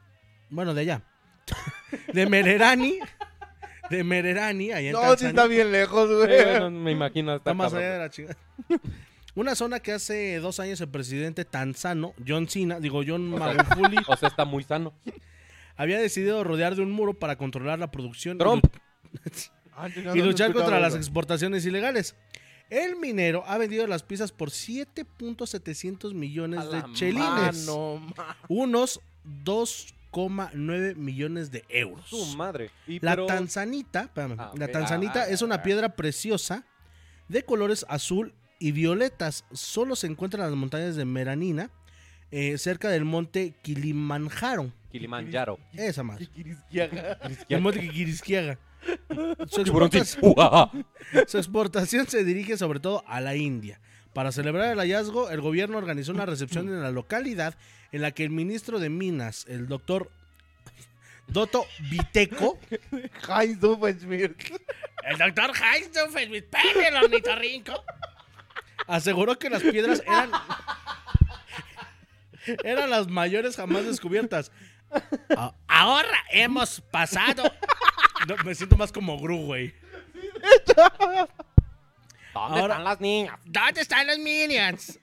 D: Bueno, de allá. (laughs) De Mererani. De Mererani, allá en
E: No, sí
D: Tanzania.
E: está bien lejos,
A: Eh,
E: güey.
A: bueno, me imagino hasta
D: Está más
A: cabrón.
D: allá de la chingada. Una zona que hace dos años el presidente tanzano, John Cena, digo John
A: O sea-
D: Magufuli,
A: O sea, está muy sano.
D: había decidido rodear de un muro para controlar la producción y
A: Trump.
D: luch-
E: Ah, yo
D: y,
E: no había
D: luchar
E: escuchado
D: contra las
E: eso.
D: exportaciones ilegales. El minero ha vendido las piezas por 7.700
A: A
D: millones de
A: la
E: Ah,
D: chelines,
E: no, ma.
D: unos 2,9 millones de euros.
A: Su madre. Y
D: La
A: pero-
D: tanzanita, espérame,
A: Ah,
D: la
A: ok.
D: tanzanita
A: Ah,
D: es una
A: ah.
D: piedra preciosa de colores azul y violetas. Solo se encuentra en las montañas de Meranina, eh, cerca del monte Kilimanjaro.
A: Kilimanjaro.
D: Esa madre.
E: Kikirisquiaga.
D: El
A: (laughs)
D: monte Kikiriskiaga. Su,
A: Tiburoncito.
D: exportas-
A: (laughs) Ujaja.
D: su exportación se dirige sobre todo a la India. Para celebrar el hallazgo, el gobierno organizó una recepción en la localidad en la que el ministro de Minas, el doctor Doto Viteco,
E: Heinz Doofenshmirtz.
D: El doctor Heinz el ornitorrinco. Aseguró que las piedras eran. eran las mayores jamás descubiertas. Ah, Ahora hemos pasado. No, me siento más como Gru, güey.
A: ¿Dónde
D: Ahora-
A: están las niñas?
D: ¿Dónde están los minions?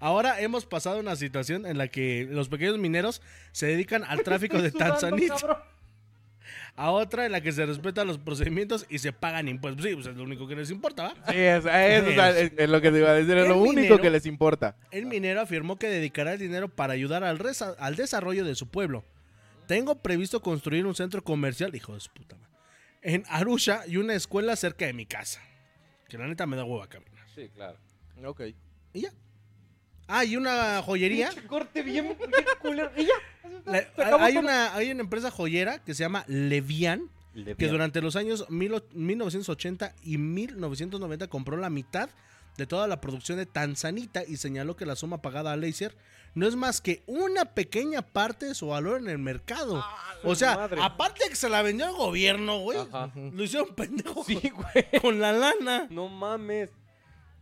D: Ahora hemos pasado una situación en la que los pequeños mineros se dedican al tráfico de tanzanita. A otra en la que se respetan los procedimientos y se pagan impuestos. Sí, pues es lo único que les importa, ¿va?
C: Sí, es, ah, es- o sea, es- es lo que te iba a decir, es
D: El
C: lo único
D: minero.
C: que les importa.
D: El minero afirmó que dedicará el dinero para ayudar al, reza- al desarrollo de su pueblo. Tengo previsto construir un centro comercial, hijo de su puta madre, en Arusha y una escuela cerca de mi casa. Que la neta me da hueva caminar.
A: Sí, claro.
C: Ok.
D: Y ya. Ah, y una joyería.
A: Corte bien, bien culero. Y ya.
D: La- hay, una, hay una empresa joyera que se llama Levian, que durante los años mil o- 1980 y 1990 compró la mitad de toda la producción de Tanzanita y señaló que la suma pagada a Laser no es más que una pequeña parte de su valor en el mercado. o sea,
A: madre.
D: aparte de que se la vendió al gobierno, güey,
A: Ajá.
D: lo hicieron pendejo
A: Sí,
D: con-
A: güey.
D: (laughs) con la lana.
A: No mames.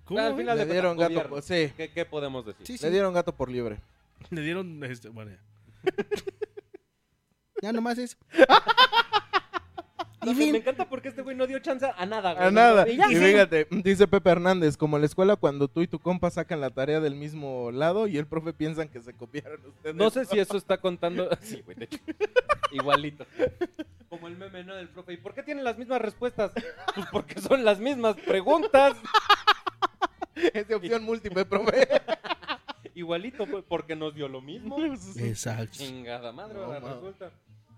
D: ¿Cómo,
A: Al
D: güey?
A: final de
C: Le
A: cuentas,
C: dieron gato
A: gobierno.
C: por- sí.
A: ¿Qué, qué podemos decir?
D: Sí, sí.
C: Le dieron gato por libre.
D: Le dieron, este, bueno, ya. (laughs) Ya nomás eso.
A: No,
D: Y
A: me-
D: fin.
A: Me encanta porque este güey no dio chance a nada, güey.
C: A nada.
A: Y
C: Y
A: ya.
C: fíjate, dice Pepe Hernández, como en la escuela cuando tú y tu compa sacan la tarea del mismo lado y el profe piensan que se copiaron
A: (laughs)
C: ustedes.
A: No sé si eso está contando. (laughs) Sí, güey, de hecho. Igualito. Como el meme, ¿no? Del profe. ¿Y por qué tienen las mismas respuestas? Pues porque son las mismas preguntas.
C: (laughs) Es de opción
A: (laughs)
C: múltiple, profe.
A: Igualito, pues, porque nos dio lo mismo.
D: Exacto.
A: Chingada madre,
C: No,
A: ahora
C: ma-
A: resulta.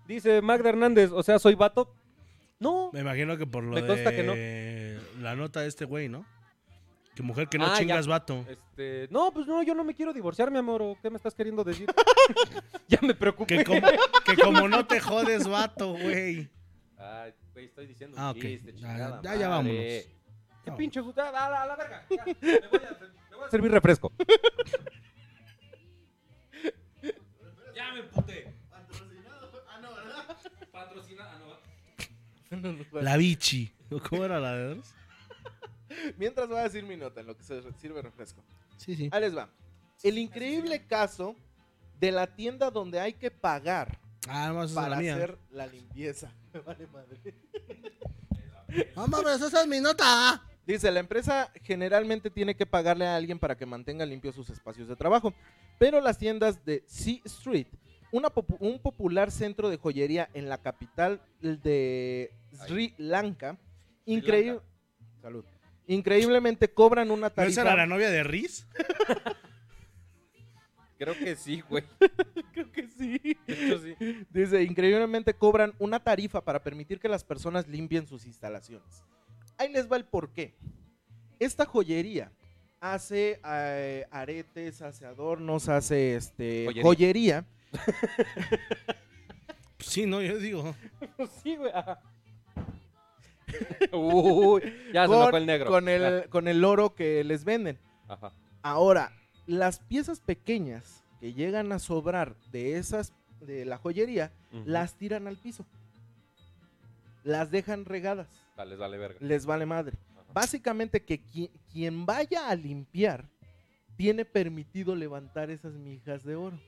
A: Dice Magda Hernández, o sea, soy vato. No.
D: Me imagino que por lo
A: Me consta
D: de
A: que
D: la nota de este güey, ¿no? Que mujer que no
A: Ah, ya. (laughs)
D: chingas vato.
A: Este, no, pues no, yo no me quiero divorciar, mi amor, ¿o qué me estás queriendo decir? ya me preocupé.
D: Que como, que como no te jodes vato, güey.
A: Ay, güey, estoy diciendo
D: Ah,
A: un
D: ok.
A: chiste,
D: Ya,
A: chingada
D: ya, ya
A: madre.
D: vámonos.
A: Qué
D: Ya
A: pinche gusto, a la, a la verga. ya, me, voy a, me voy a servir refresco. ya me puté. Patrocinado, ah, no, ¿verdad?
D: La bichi. ¿O ¿Cómo era la de dos?
C: Mientras voy a decir mi nota, en lo que se sirve refresco.
D: Sí, sí.
C: Ahí les va. El increíble caso de la tienda donde hay que pagar
D: Ah, no, esa es
C: para
D: la mía.
C: hacer la limpieza. (laughs) Me vale madre.
D: No mames, esa es mi
A: (laughs)
D: nota.
C: Dice, la empresa generalmente tiene que pagarle a alguien para que mantenga limpios sus espacios de trabajo, pero las tiendas de C Street, una popu- un popular centro de joyería en la capital de Sri Lanka, increí-
A: Lanka.
C: Salud. increíblemente cobran una
D: ¿No
C: tarifa.
D: esa era la novia de Riz?
A: (laughs) Creo que sí, güey.
C: Creo que sí.
A: De hecho, sí.
C: Dice, increíblemente cobran una tarifa para permitir que las personas limpien sus instalaciones. Ahí les va el porqué. Esta joyería hace eh, aretes, hace adornos, hace este
A: Joyería.
C: joyería.
D: Sí, no, yo digo.
A: Sí, güey. ajá. (laughs) Uy, ya Ah, se me fue el negro. Ah.
C: con el con el oro que les venden.
A: Ya, ajá.
C: Ahora, las piezas pequeñas que llegan a sobrar de esas de la joyería
A: Ujú.
C: las tiran al piso. Las dejan regadas.
A: Ah, Les vale verga.
C: Les vale madre.
A: Ajá.
C: básicamente que qui- quien vaya a limpiar tiene permitido levantar esas mijas de oro.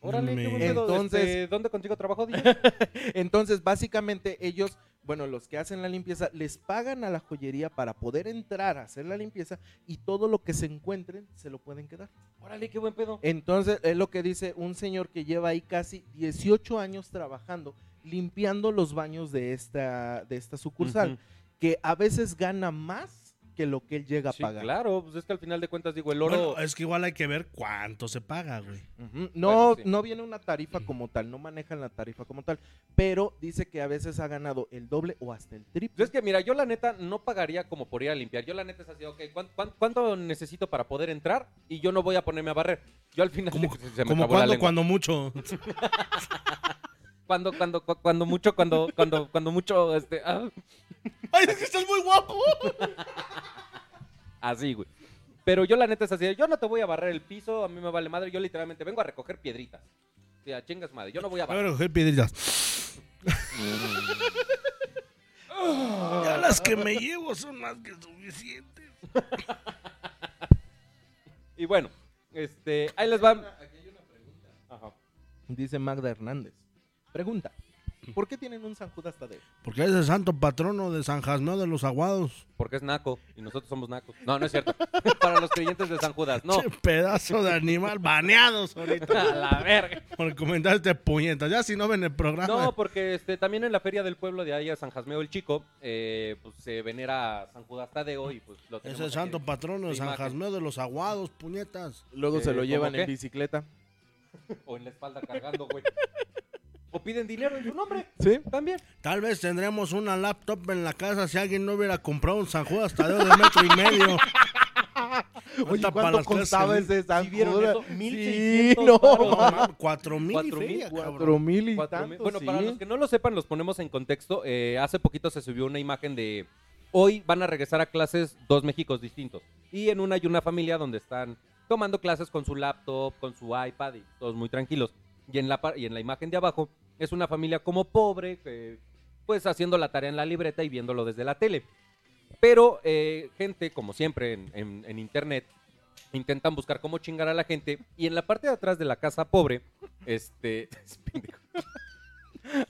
A: Órale, qué buen
D: Me-
A: pedo.
C: Entonces-
A: este, ¿dónde contigo trabajo? Dije?
C: Entonces, básicamente ellos, bueno, los que hacen la limpieza, les pagan a la joyería para poder entrar a hacer la limpieza y todo lo que se encuentren se lo pueden quedar.
A: (laughs) Órale, qué buen pedo.
C: Entonces, es lo que dice un señor que lleva ahí casi 18 años trabajando limpiando los baños de esta, de esta sucursal,
A: Ujú.
C: que a veces gana más que lo que él llega a
A: Sí,
C: pagar.
A: claro, pues es que al final de cuentas digo el oro.
D: Bueno, es que igual hay que ver cuánto se paga, güey.
C: Ujú. No,
A: sí.
C: no viene una tarifa como tal, no manejan la tarifa como tal, pero dice que a veces ha ganado el doble o hasta el triple.
A: Pues es que mira, yo la neta no pagaría como por ir a limpiar. Yo la neta es así, ok, ¿cuán- cuán- ¿cuánto necesito para poder entrar? Y yo no voy a ponerme a barrer. Yo al final
D: Como-
A: se me
D: Como
A: acabó la
D: cuando,
A: lengua.
D: cuando mucho.
A: (laughs) cuando, cuando, cu- cuando mucho, cuando, cuando, cuando mucho, este, ah,
D: ¡Ay, es que estás muy guapo!
A: (laughs) así, güey. Pero yo la neta es así, yo no te voy a barrer el piso, a mí me vale madre, yo literalmente vengo a recoger piedritas. O sea, chingas madre, yo no voy a
D: A
A: barrer.
D: ver, coger piedritas. (laughs) Ya las que me llevo son más que suficientes.
A: Y bueno, este, ahí les va. Ajá.
C: Dice Magda Hernández.
E: Pregunta. ¿Por qué tienen un San Judas Tadeo?
D: Porque es el santo patrono de San Jasmeo de los Aguados.
A: Porque es naco y nosotros somos nacos. No, no es cierto. (laughs) Para los creyentes de San Judas, no.
D: Che, (laughs) pedazo de animal, baneados ahorita.
A: (laughs) A la verga.
D: Por comentar este puñeta. Ya si no ven el programa.
E: Ah.
A: No, porque este, también en la feria del pueblo de ahí a San Jasmeo el Chico, eh, pues se venera a San Judas Tadeo y pues lo
D: es
A: tenemos
D: el
A: aquí.
D: santo patrono de
A: de
D: San
A: imagen.
D: Jasmeo de los Aguados, puñetas.
E: Luego
A: se
E: se
A: lo
E: lo
A: ¿cómo
E: llevan
A: llevan en
E: en
A: qué?
E: bicicleta.
A: O en la espalda cargando, güey. O piden dinero en su nombre,
E: ¿Sí?
A: también.
D: Tal vez tendremos una laptop en la casa si alguien no hubiera comprado un San Judas Tadeo de metro
A: (laughs)
D: y medio.
E: Oye,
D: Ahorita para
E: ¿cuánto
D: las
E: costaba
D: clases,
E: ese San
A: ¿Sí vieron
E: Judas?
A: eso?
E: Sí,
A: 1600
E: no,
A: varos,
D: no mames, Cuatro mil y
A: Cuatro mil,
D: feria, cabrón.
E: cuatro mil y
A: Cuatro mil-
E: tanto,
A: Bueno,
E: sí.
A: para los que no lo sepan, los ponemos en contexto. Eh, hace poquito se subió una imagen de hoy van a regresar a clases dos Méxicos distintos. Y en una hay una familia donde están tomando clases con su laptop, con su iPad y todos muy tranquilos. Y en la, par- y en la imagen de abajo es una familia como pobre, que, pues haciendo la tarea en la libreta y viéndolo desde la tele. Pero eh, gente, como siempre en, en- en internet, intentan buscar cómo chingar a la gente. Y en la parte de atrás de la casa pobre, este... (laughs)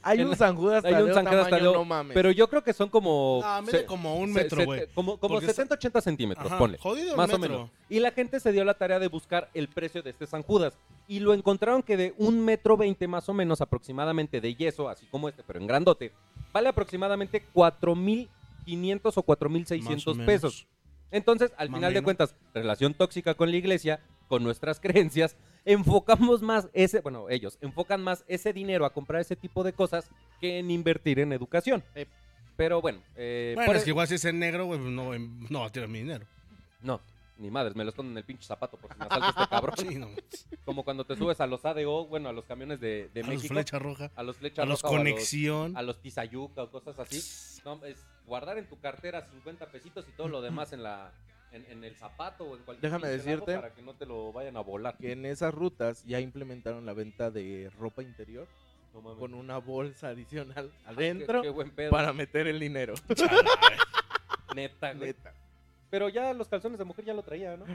E: Hay
A: En
E: un
A: la-
E: San Judas
A: hay un
E: Tadeo
A: San Judas
E: tamaño,
A: Tadeo,
E: no mames.
A: Pero yo creo que son como.
D: Ah, mide
A: se-
D: como un
A: se-
D: metro,
A: se-
D: güey.
A: Como, como
D: Porque está-
A: 70, 80 centímetros,
D: Ajá,
A: ponle.
D: Jodido el
A: Más o
D: metro.
A: menos. Y la gente se dio la tarea de buscar el precio de este San Judas. Y lo encontraron que de un metro veinte más o menos aproximadamente de yeso, así como este, pero en grandote, vale aproximadamente 4,500 o 4,600
D: Más o
A: pesos. Entonces, al
D: Más o
A: final de
D: menos.
A: cuentas, relación tóxica con la iglesia, con nuestras (laughs) creencias, enfocamos más ese, bueno, ellos enfocan más ese dinero a comprar ese tipo de cosas que en invertir en educación.
E: Ep.
A: Pero bueno, eh,
D: Bueno,
A: por-
D: es que igual si es en negro, güey, no, em, no va a tirar mi dinero.
A: no, ni madres, me lo esconden en el pinche zapato porque me asalta este cabrón.
D: (laughs) Sí, no.
A: Como cuando te subes a los ADO, bueno, a los camiones de, de
D: a los
A: México.
D: flecha roja,
A: a los flecha
D: a los
A: roja o a los-
D: conexión.
A: A los tizayuca o cosas así. No, es guardar en tu cartera 50 pesitos y todo lo demás en la en, en el zapato o en cualquier
E: Déjame
A: pinche lado
E: decirte
A: para que no te lo vayan a volar.
E: que en esas rutas ya implementaron la venta de ropa interior
A: No mames.
E: con una bolsa adicional
A: Qué-
E: adentro
A: Qué, buen pedo.
E: para meter el dinero.
A: Neta, güey.
E: Neta.
A: Pero ya los calzones de mujer ya lo traía, ¿no?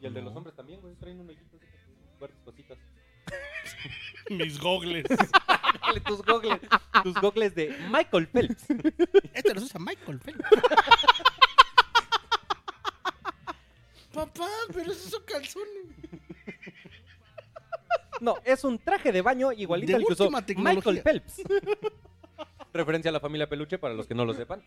A: Y el de los hombres también, güey. Traen un hoyito. así con sus fuertes cositas.
D: (laughs) Mis gogles.
A: Dale, tus gogles. Tus gogles de Michael Phelps.
D: este los usa Michael Phelps. Papá, pero esos son calzones.
A: No, es un traje de baño igualito
D: De
A: al que usó
D: última tecnología.
A: Michael Phelps. (laughs) Referencia a la familia Peluche para los que no lo sepan.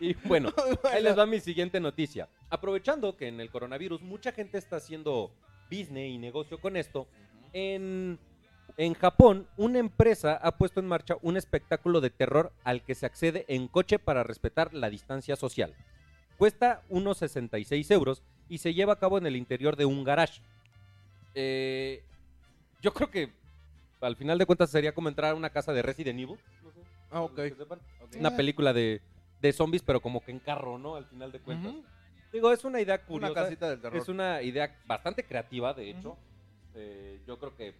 A: Y bueno,
D: (laughs)
A: ahí les va mi siguiente noticia. Aprovechando que en el coronavirus mucha gente está haciendo business y negocio con esto, en, en Japón una empresa ha puesto en marcha un espectáculo de terror al que se accede en coche para respetar la distancia social. Cuesta unos 66 euros y se lleva a cabo en el interior de un garage. Eh, yo creo que al final de cuentas sería como entrar a una casa de Resident Evil. No sé,
E: Ah, ok.
A: para los que sepan. Una película de, de zombies, pero como que en carro, ¿no? Al final de cuentas.
E: Ujú.
A: Digo, es una idea
E: pues, Una
A: curiosa.
E: casita del terror.
A: es una idea bastante creativa, de hecho. Eh, yo creo que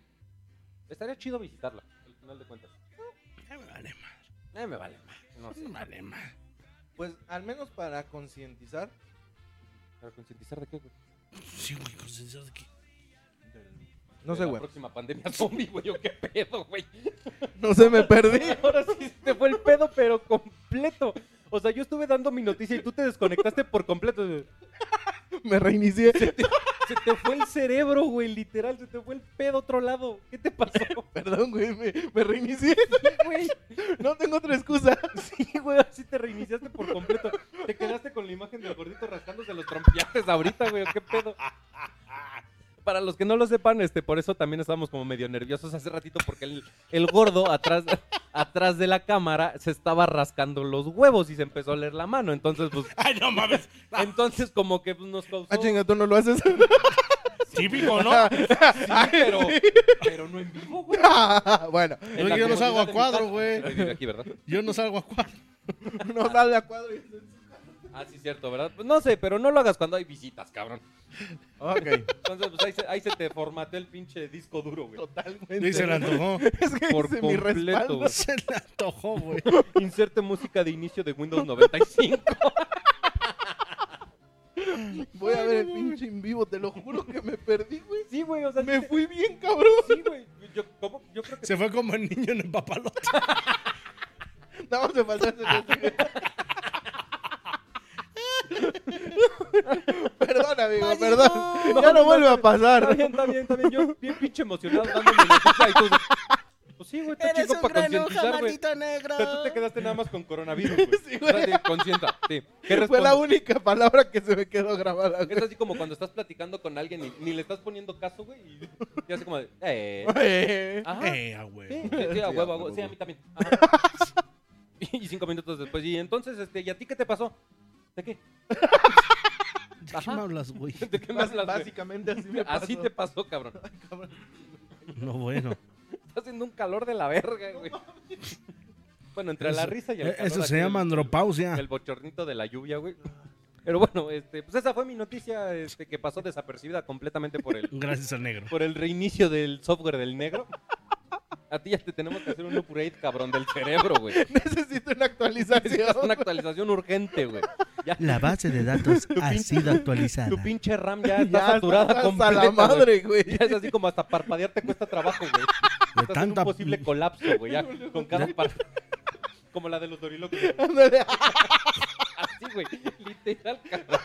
A: estaría chido visitarla, al final de cuentas.
D: Vale, ma,
A: Eh, me vale. ma, No sé.
D: vale, ma.
E: Pues al menos para concientizar
A: ¿Para concientizar de qué, güey?
D: Sí, güey, concienciado de que.
E: No
A: De
E: sé,
A: la
E: güey.
A: próxima pandemia (laughs) zombie, güey. ¿o qué pedo, güey?
E: No se me perdí.
A: Ahora sí te fue el pedo, pero completo. O sea, yo estuve dando mi noticia y tú te desconectaste por completo.
E: Me reinicié.
A: Se te fue el cerebro, güey, literal. Se te fue el pedo a otro lado. ¿Qué te pasó,
E: (laughs)
A: (laughs)
E: Perdón, güey. Me, me reinicié.
A: güey?
E: No tengo otra excusa.
A: Sí, güey, así te reiniciaste por completo. Te quedaste con la imagen del gordito rascándose los trompiates ahorita, güey. ¿Qué pedo? Para los que no lo sepan, este, por eso también estábamos como medio nerviosos hace ratito porque el, el gordo atrás, (laughs) atrás de la cámara se estaba rascando los huevos y se empezó a leer la mano. Entonces, pues,
D: Ay, no mames.
A: entonces como que pues, nos causó...
E: Ah, chinga, tú no lo haces.
D: Típico, ¿no?
C: (laughs)
A: Sí, pero, pero no en vivo, güey.
E: (laughs) bueno,
A: En la
D: yo los hago
A: comodidad de
D: a
A: mi
D: cuadro,
A: casa.
D: güey.
A: Soy de aquí, ¿verdad?
D: Yo no salgo a cuadro.
E: no sale a cuadro. y-
A: Ah, sí, cierto, ¿verdad? Pues no sé, pero no lo hagas cuando hay visitas, cabrón.
E: Ok,
A: Entonces, pues ahí se, ahí se te formateó el pinche disco duro, güey.
E: totalmente.
D: Y se le antojó.
E: (laughs) Es que
A: Por
E: hice mi
A: completo,
E: respaldo.
A: güey.
D: Se le antojó, güey.
A: Inserte música de inicio de Windows 95.
E: Voy a ver el pinche en vivo, te lo juro que me perdí, güey.
A: (laughs) Sí, güey, o sea,
E: Me fui bien, cabrón.
A: sí, güey. yo, ¿cómo? Yo creo que
D: Se fue como el niño en el papalote.
E: No, se pasó ese chiste. perdón, amigo, perdón. ya no, vuelve a
A: Está
E: pasar.
A: bien, está bien, está bien. Yo bien pinche emocionado dándome la noticia y tú- Pues sí, güey, está chico para concientizar, güey.
D: negro.
A: O sea, tú te quedaste nada más con (laughs) coronavirus, güey.
E: Sí,
A: O sea, de Concienta, sí. ¿Qué
E: Fue la
A: respondes?
E: única palabra que se me quedó grabada. güey.
A: Es así como cuando estás platicando con alguien y ni le estás poniendo caso, güey. Y, y así como de, (laughs) eh. ah,
E: Eh,
A: Ajá.
D: Eh, a huevo.
A: Sí,
D: (laughs)
A: sí, sí, a
E: Sí,
A: huevo,
E: a
A: a huevo.
E: huevo.
A: Sí, a mí también. Ajá. Y cinco minutos después. Y entonces, este, ¿y a ti qué te pasó? ¿De qué? (laughs)
D: ¿De qué
A: Ajá.
D: me hablas, güey?
A: ¿De qué más
E: bás-
A: las
E: Básicamente así me pasó.
A: Así te pasó, cabrón.
D: (laughs) No, bueno.
A: Está haciendo un calor de la verga, güey. (laughs) Bueno, entre la
D: Eso-
A: risa y el
D: eh,
A: calor.
D: Eso
A: aquí
D: se llama
A: el-
D: andropausia. Ah.
A: El bochornito de la lluvia, güey. Pero bueno, este, pues esa fue mi noticia este, que pasó desapercibida completamente por el,
D: Gracias al negro.
A: por el reinicio del software del negro. A ti ya te tenemos que hacer un upgrade, cabrón, del cerebro,
D: (laughs)
A: güey.
E: Necesito una
A: Es
E: actualización.
A: una actualización urgente, güey. Ya,
D: La base de datos ha sido
A: tu
D: actualizada.
A: pinche
E: (laughs)
A: RAM ya está
E: Ya
A: saturada
E: estás hasta
A: completa,
E: la
A: güey.
E: madre, güey.
A: Ya es así como hasta parpadear te cuesta trabajo, güey.
D: De
A: Estás en
D: tanta-
A: un posible colapso, güey, ya con cada par... Como la de los dorilocos. güey.
E: Ándale.
A: Así, güey. Literal, cabrón.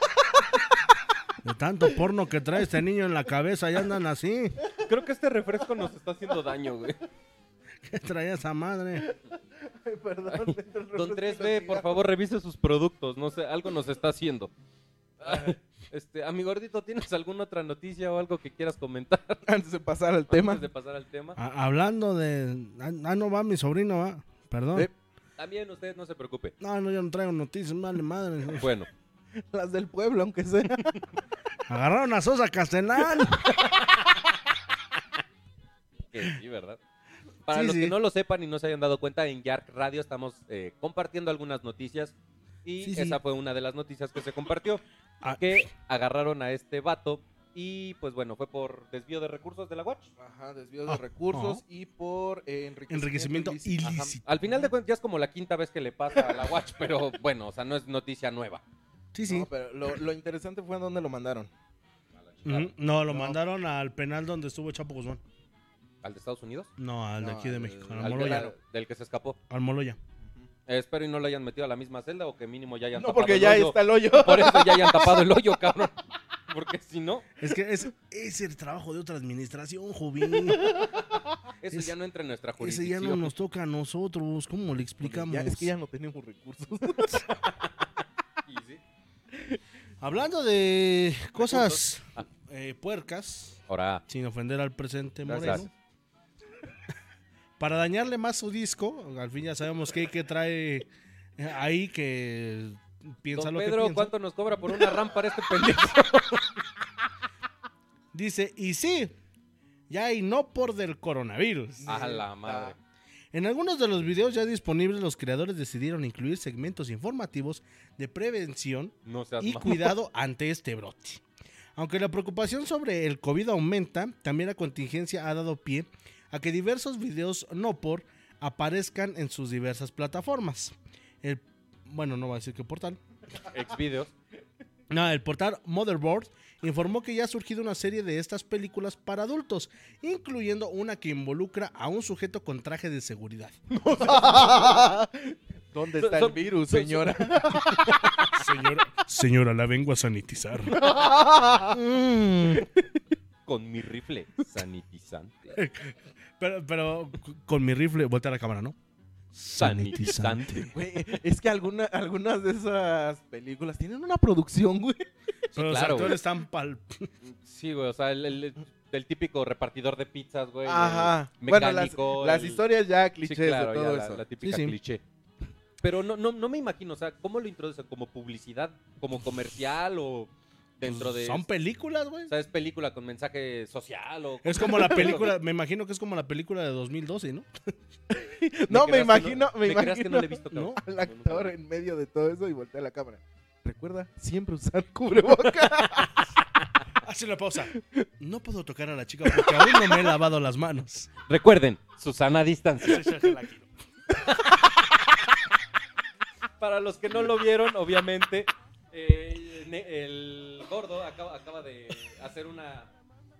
D: De tanto porno que trae este niño en la cabeza, ya andan así.
A: Creo que este refresco nos está haciendo daño, güey.
D: ¿Qué traía esa madre?
E: Ay, Perdón. dentro del
A: Don 3D,
E: refresco
A: por
E: cigarro.
A: favor, revise sus productos. No sé, algo nos está haciendo. Este, amigo gordito, ¿tienes alguna otra noticia o algo que quieras comentar
E: Antes de pasar al
A: antes
E: tema.
A: de pasar al tema?
D: A- hablando de. Ah, no va mi sobrino, va. Perdón.
E: Eh.
A: También usted no se preocupe.
D: No, no, yo no traigo noticias, madre, madre.
A: Bueno,
E: Las del pueblo, aunque sea.
D: Agarraron a Sosa Castellán.
A: que sí,
E: (laughs)
A: ¿verdad? Para
D: Sí,
A: los
D: sí.
A: que no lo sepan y no se hayan dado cuenta, en Yark Radio estamos eh, compartiendo algunas noticias y
D: Sí, sí.
A: esa fue una de las noticias que se compartió,
D: Ah.
A: que agarraron a este vato y pues bueno, fue por desvío de recursos de la Watch.
E: Ajá, desvío de
D: Ah,
E: recursos
D: ajá.
E: y por eh, enriquecimiento,
D: Enriquecimiento
E: ilícito.
A: Ajá.
D: ilícito.
A: Al final de cuentas ya es como la quinta vez que le pasa a la Watch, pero bueno, o sea, no es noticia nueva.
D: Sí, sí.
E: No, pues, pero lo, lo interesante fue en dónde lo mandaron.
D: Ujú. No, lo
E: No.
D: mandaron al penal donde estuvo Chapo Guzmán.
A: ¿Al de Estados Unidos?
D: No, al de
E: No,
D: aquí de
E: al-
D: México.
E: al
D: Al
A: Al
D: Moloya.
A: del- del que se escapó.
D: Al Moloya.
A: Eh, espero y no lo hayan metido a la misma celda o que mínimo ya hayan
E: No,
A: tapado
E: porque
A: el
E: ya
A: hoyo.
E: está el hoyo.
A: Por eso ya hayan tapado
E: (laughs)
A: el hoyo, cabrón. Porque si no,
D: Es que es, es el trabajo de otra administración,
E: (laughs)
D: joven.
A: eso
D: Es-
A: ya no entra en nuestra
D: Ese ya
A: jurisdicción.
D: no nos toca a nosotros. ¿Cómo le explicamos?
E: Ya, es que ya no tenemos recursos.
A: (laughs) Y sí.
D: Hablando de cosas
A: Ah.
D: eh, puercas,
A: Ahora,
D: sin ofender al presente
A: Gracias.
D: Moreno. Para dañarle más su disco, al fin ya sabemos que, que trae eh, ahí que piensa
A: don
D: lo
A: Pedro,
D: que piensa.
A: ¿cuánto nos cobra por una rampa
D: (laughs)
A: para este pendejo?
D: Dice, y sí, ya y no por del coronavirus.
A: a la madre.
D: En algunos de los videos ya disponibles, los creadores decidieron incluir segmentos informativos de prevención
A: No seas
D: y
A: mamón. (laughs)
D: (laughs) cuidado ante este brote. Aunque la preocupación sobre el COVID aumenta, también la contingencia ha dado pie a que diversos videos no por aparezcan en sus diversas plataformas. El, bueno, no va a decir qué portal.
A: Exvideos.
D: No, el portal Motherboard informó que ya ha surgido una serie de estas películas para adultos, incluyendo una que involucra a un sujeto con traje de seguridad.
E: ¿Dónde está
A: Son-
E: el virus,
A: son-
E: señora?
D: (laughs) Señora, señora la vengo a sanitizar.
A: (laughs) Con mi rifle sanitizante.
D: (laughs) pero, pero con mi rifle, voltea la cámara, ¿no?
A: Sanitizante.
E: Güey, es que alguna, algunas de esas películas tienen una producción, güey.
D: Pero los
A: claro,
D: actores
A: güey.
D: están pal...
A: Sí, güey, o sea, el, el- el típico repartidor de pizzas, güey. el
E: Ajá. Bueno, las,
A: Mecánico.
E: las
A: el-
E: historias ya
A: Sí,
E: clichés
A: claro,
E: de
A: ya
E: todo
A: la,
E: eso.
A: la típica
D: Sí, sí.
A: cliché. Pero no, no, no me imagino, o sea, ¿cómo lo introducen? ¿Como publicidad? ¿Como comercial? ¿O dentro de...?
D: Pues Son películas, güey.
A: o sea, ¿es película con mensaje social? o
D: Es
A: (laughs)
D: como la película, me imagino que es como la película de 2012, ¿no?
A: (laughs)
E: No,
A: creas
E: me
A: que
E: imagino, me
A: me creas que no
E: imagino
A: la he visto, cabrón.
E: (laughs) al
A: No, nunca la
E: actor
A: vi.
E: en medio de todo eso y voltea la cámara. Recuerda siempre usar (laughs) cubrebocas.
D: (laughs) Hace la pausa. No puedo tocar a la chica porque aún no me he lavado las (laughs) manos.
A: Recuerden, Susana a distancia. Para los que no lo vieron, obviamente, eh, ne- el gordo acaba, acaba de hacer una,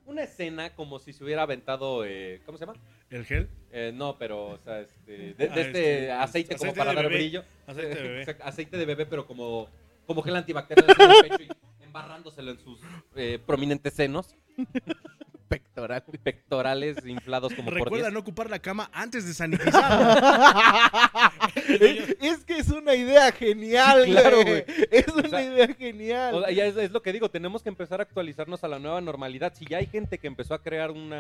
A: una escena como si se hubiera aventado, eh, ¿cómo se llama?
D: ¿El gel?
A: Eh, no, pero, o sea, este, de, de
D: Ah,
A: este
D: este,
A: aceite como
D: aceite
A: para
D: de
A: dar
D: bebé.
A: brillo.
D: Aceite de
A: (laughs)
D: bebé.
A: Exacto, aceite de bebé, pero como, como gel antibacterial en el pecho y embarrándoselo en sus eh, prominentes senos. Pectoral. Pectorales inflados como por
D: Recuerda
A: 10.
D: no ocupar la cama antes de (laughs) sanitizar.
C: Es, (laughs) es que es una idea genial,
A: Sí, claro, güey.
C: güey. Es
A: O
C: una
A: sea,
C: idea genial.
A: O sea, ya es, es lo que digo, tenemos que empezar a actualizarnos a la nueva normalidad. Si ya hay gente que empezó a crear un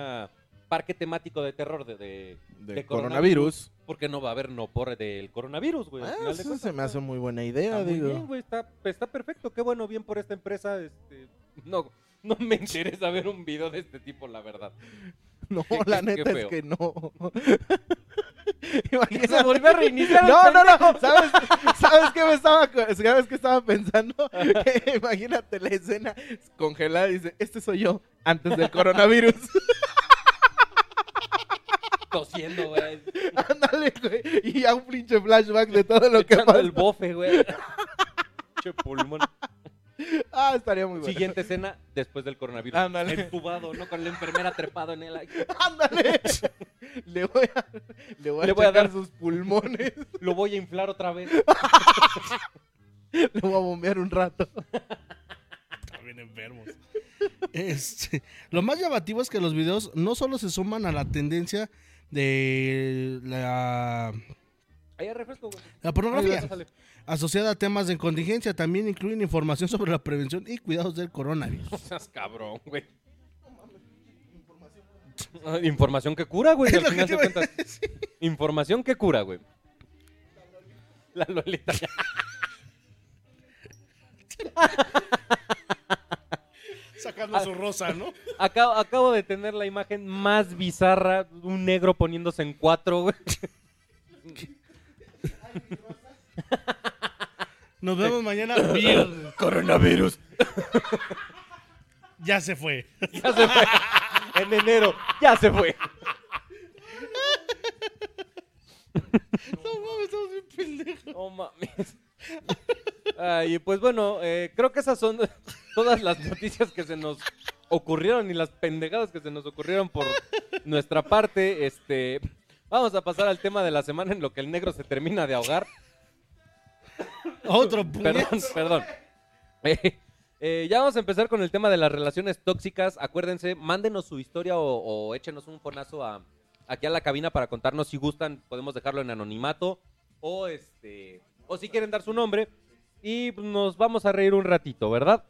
A: parque temático de terror de, de-
C: de,
A: de
C: coronavirus.
A: ¿por qué no va a haber no por del coronavirus, güey? Al
C: Ah,
A: final de
C: eso
A: cuentas,
C: se me
A: está-
C: hace muy buena
A: está
C: idea,
A: muy
C: digo.
A: bien,
E: (laughs)
A: güey, está, está perfecto. Qué bueno, bien por esta empresa. Este, no, no me interesa ver un video de este tipo, la
C: (laughs)
A: verdad. (laughs)
C: No,
A: Qué-
C: la
A: qué-
C: neta
A: qué
C: es
A: feo.
C: que no.
A: (laughs)
E: (laughs)
A: Y se
C: Imagínate.
A: volvió a reiniciar. el
C: No, no, no. (laughs) ¿Sabes, ¿sabes qué me estaba, co- sabes qué estaba
A: (laughs)
C: pensando? Que imagínate la escena congelada y dice, este soy yo antes del coronavirus. (laughs)
A: pendejo tosiendo, güey.
C: Ándale, güey. Y ya un pinche flashback de todo lo que
A: Echando
C: pasó.
A: el bofe, güey. che pulmón.
C: Ah, estaría muy bueno.
A: Siguiente escena después del coronavirus.
C: Ándale.
A: Entubado, ¿no? Con la enfermera trepado en él. Ay,
C: (laughs)
A: (laughs)
C: Ándale. Le voy a, le voy a,
A: Le voy a
C: checar
A: dar-
C: sus pulmones. (laughs)
A: Lo voy a inflar otra vez.
C: Le voy a bombear un rato.
D: Están bien enfermos. Este, lo más llamativo es que los videos no solo se suman a la tendencia de la,
A: Ahí hay refresco, güey.
D: la
A: Ahí
D: pornografía
A: ya sale.
D: asociada a temas de contingencia, también incluyen información sobre la prevención y cuidados del coronavirus.
A: No seas cabrón, güey. Ah, Información que cura,
D: (laughs)
A: güey. al
D: lo que
A: final
D: te
A: de
D: iba a
A: cuentas. Información que cura, güey. La Lolita.
D: Sacando su rosa, ¿no?
A: Acabo, acabo de tener la imagen más bizarra. Un negro poniéndose en cuatro, güey.
D: Nos vemos mañana. Bien.
A: Coronavirus.
D: (laughs) Ya se fue.
A: Ya se fue. En enero. Ya se fue.
D: No mames, estamos bien pendejos.
A: No mames. Ay, pues bueno, eh, creo que esas son (laughs) todas las noticias que se nos ocurrieron y las pendejadas que se nos ocurrieron por nuestra parte. Este, vamos a pasar al tema de la semana en lo que el negro se termina de ahogar.
D: Otro puñet.
A: Perdón, (laughs) perdón. Eh, eh, ya vamos a empezar con el tema de las relaciones tóxicas. Acuérdense, mándenos su historia o, o échenos un fonazo a, aquí a la cabina para contarnos si gustan. Podemos dejarlo en anonimato o este o si quieren dar su nombre y nos vamos a reír un ratito, ¿verdad?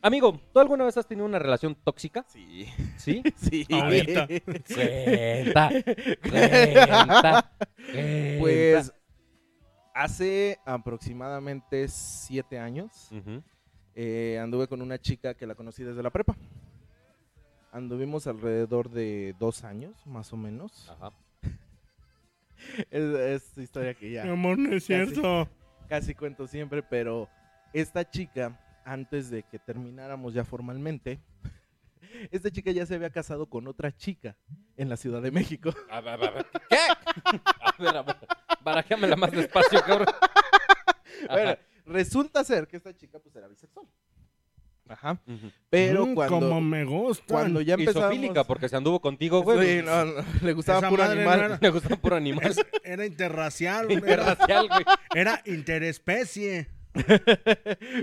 A: Amigo, ¿tú alguna vez has tenido una relación tóxica?
C: Sí.
A: Sí. (laughs)
C: Sí.
D: Ahorita.
A: Cuenta, cuenta, cuenta.
C: Pues hace aproximadamente siete años
A: Ujú.
C: eh, anduve con una chica que la conocí desde la prepa. Anduvimos alrededor de dos años, más o menos.
A: Ajá.
C: (laughs) Es, es historia que
D: Mi
C: ya
D: amor, no es cierto.
C: casi cuento siempre, pero esta chica, antes de que termináramos ya formalmente, (laughs) esta chica ya se había casado con otra chica en la Ciudad de México. (laughs)
A: A ver, a ver, a ver. ¿Qué? (laughs) A ver, a ver. Barajéamela más despacio, cabrón. Ajá.
C: Bueno, resulta ser que esta chica pues era bisexual. Ajá.
A: Ujú.
C: Pero
D: Mm,
C: cuando...
D: Como me gusta.
C: Cuando ya empezamos...
A: Isofílica, porque se anduvo contigo, güey.
C: Sí,
A: (laughs)
C: no, no, le
D: Esa
C: gustaba puro
D: madre
C: animal.
D: no era-
A: Me gusta puro (laughs) animal.
D: Es- era interracial. Era,
A: Interracial, güey.
D: era interespecie.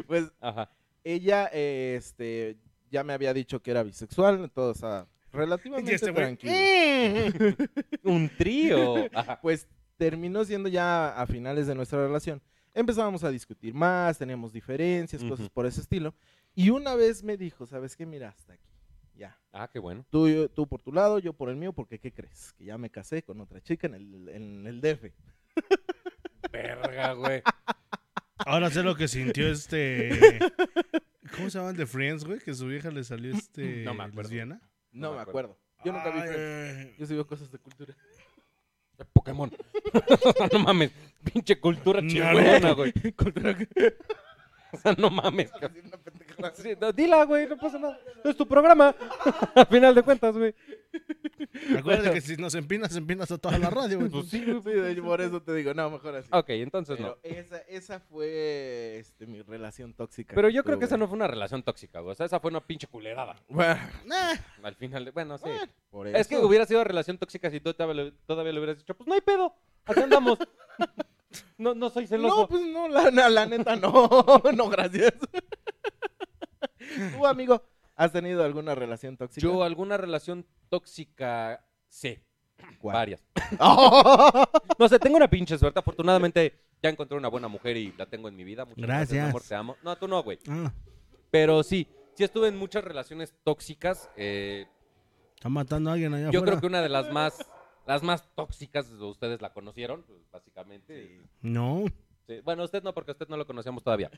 C: Pues
A: Ajá.
C: ella, eh, este, ya me había dicho que era bisexual, todo, o sea, relativamente
D: (laughs) Y este güey,
C: tranquilo.
A: Un trío. Ajá.
C: Pues terminó siendo ya a finales de nuestra relación. Empezábamos a discutir más, teníamos diferencias, cosas
A: Ujú.
C: por ese estilo. Y una vez me dijo, ¿sabes qué? Mira, hasta aquí. Ya.
A: Ah, qué bueno.
C: Tú, yo- tú por tu lado, yo por el mío, porque ¿qué crees? Que ya me casé con otra chica en el, en el DF.
A: Verga, güey.
D: Ahora sé lo que sintió este. ¿Cómo se llaman de Friends, güey? Que su vieja le salió este.
A: No me acuerdo.
D: lesbiana.
C: No,
A: No me
C: me acuerdo. Yo nunca vi
D: Ay, eh,
C: Friends. Yo sí veo cosas de cultura.
A: (laughs) Pokémon. (laughs) no mames. Pinche cultura
D: No,
A: (laughs) chingona, güey. Cultura. O sea, no mames. cabrón. Sí, no, dila, güey, no pasa nada. Es tu programa. (laughs) Al final de cuentas, güey.
D: Recuerda que si nos empinas, empinas a toda la radio. güey.
A: Pues sí,
C: Sí, de- por eso te digo, no, mejor así.
A: Ok, entonces no.
C: Pero esa, esa fue este, mi relación tóxica.
A: Pero yo creo que esa no fue una relación tóxica, güey. O sea, esa fue una pinche culerada.
D: Nah,
A: Al final de. Bueno, sí.
C: Por
A: Es que
C: eso.
A: hubiera sido relación tóxica si tú todavía le, todavía le hubieras dicho, pues no hay pedo, acá andamos. (laughs) No, no soy celoso.
C: No, pues no, la, la- la neta no. (laughs) No, gracias. Tú, amigo, ¿has tenido alguna relación tóxica?
A: Yo alguna relación tóxica, sí,
C: ¿Cuál? (laughs) Oh,
A: varias. No sé, tengo una pinche suerte. Afortunadamente ya encontré una buena mujer y la tengo en mi vida. Muchas gracias.
D: Gracias.
A: amor, te amo. No, tú no, güey.
D: ah,
A: Pero sí, sí estuve en muchas relaciones tóxicas. eh,
D: está matando a alguien allá
A: yo
D: afuera.
A: creo que una de las más, las más tóxicas, ustedes la conocieron, pues, básicamente. y-
D: No.
A: Sí, Bueno, usted no, porque usted no lo conocíamos todavía.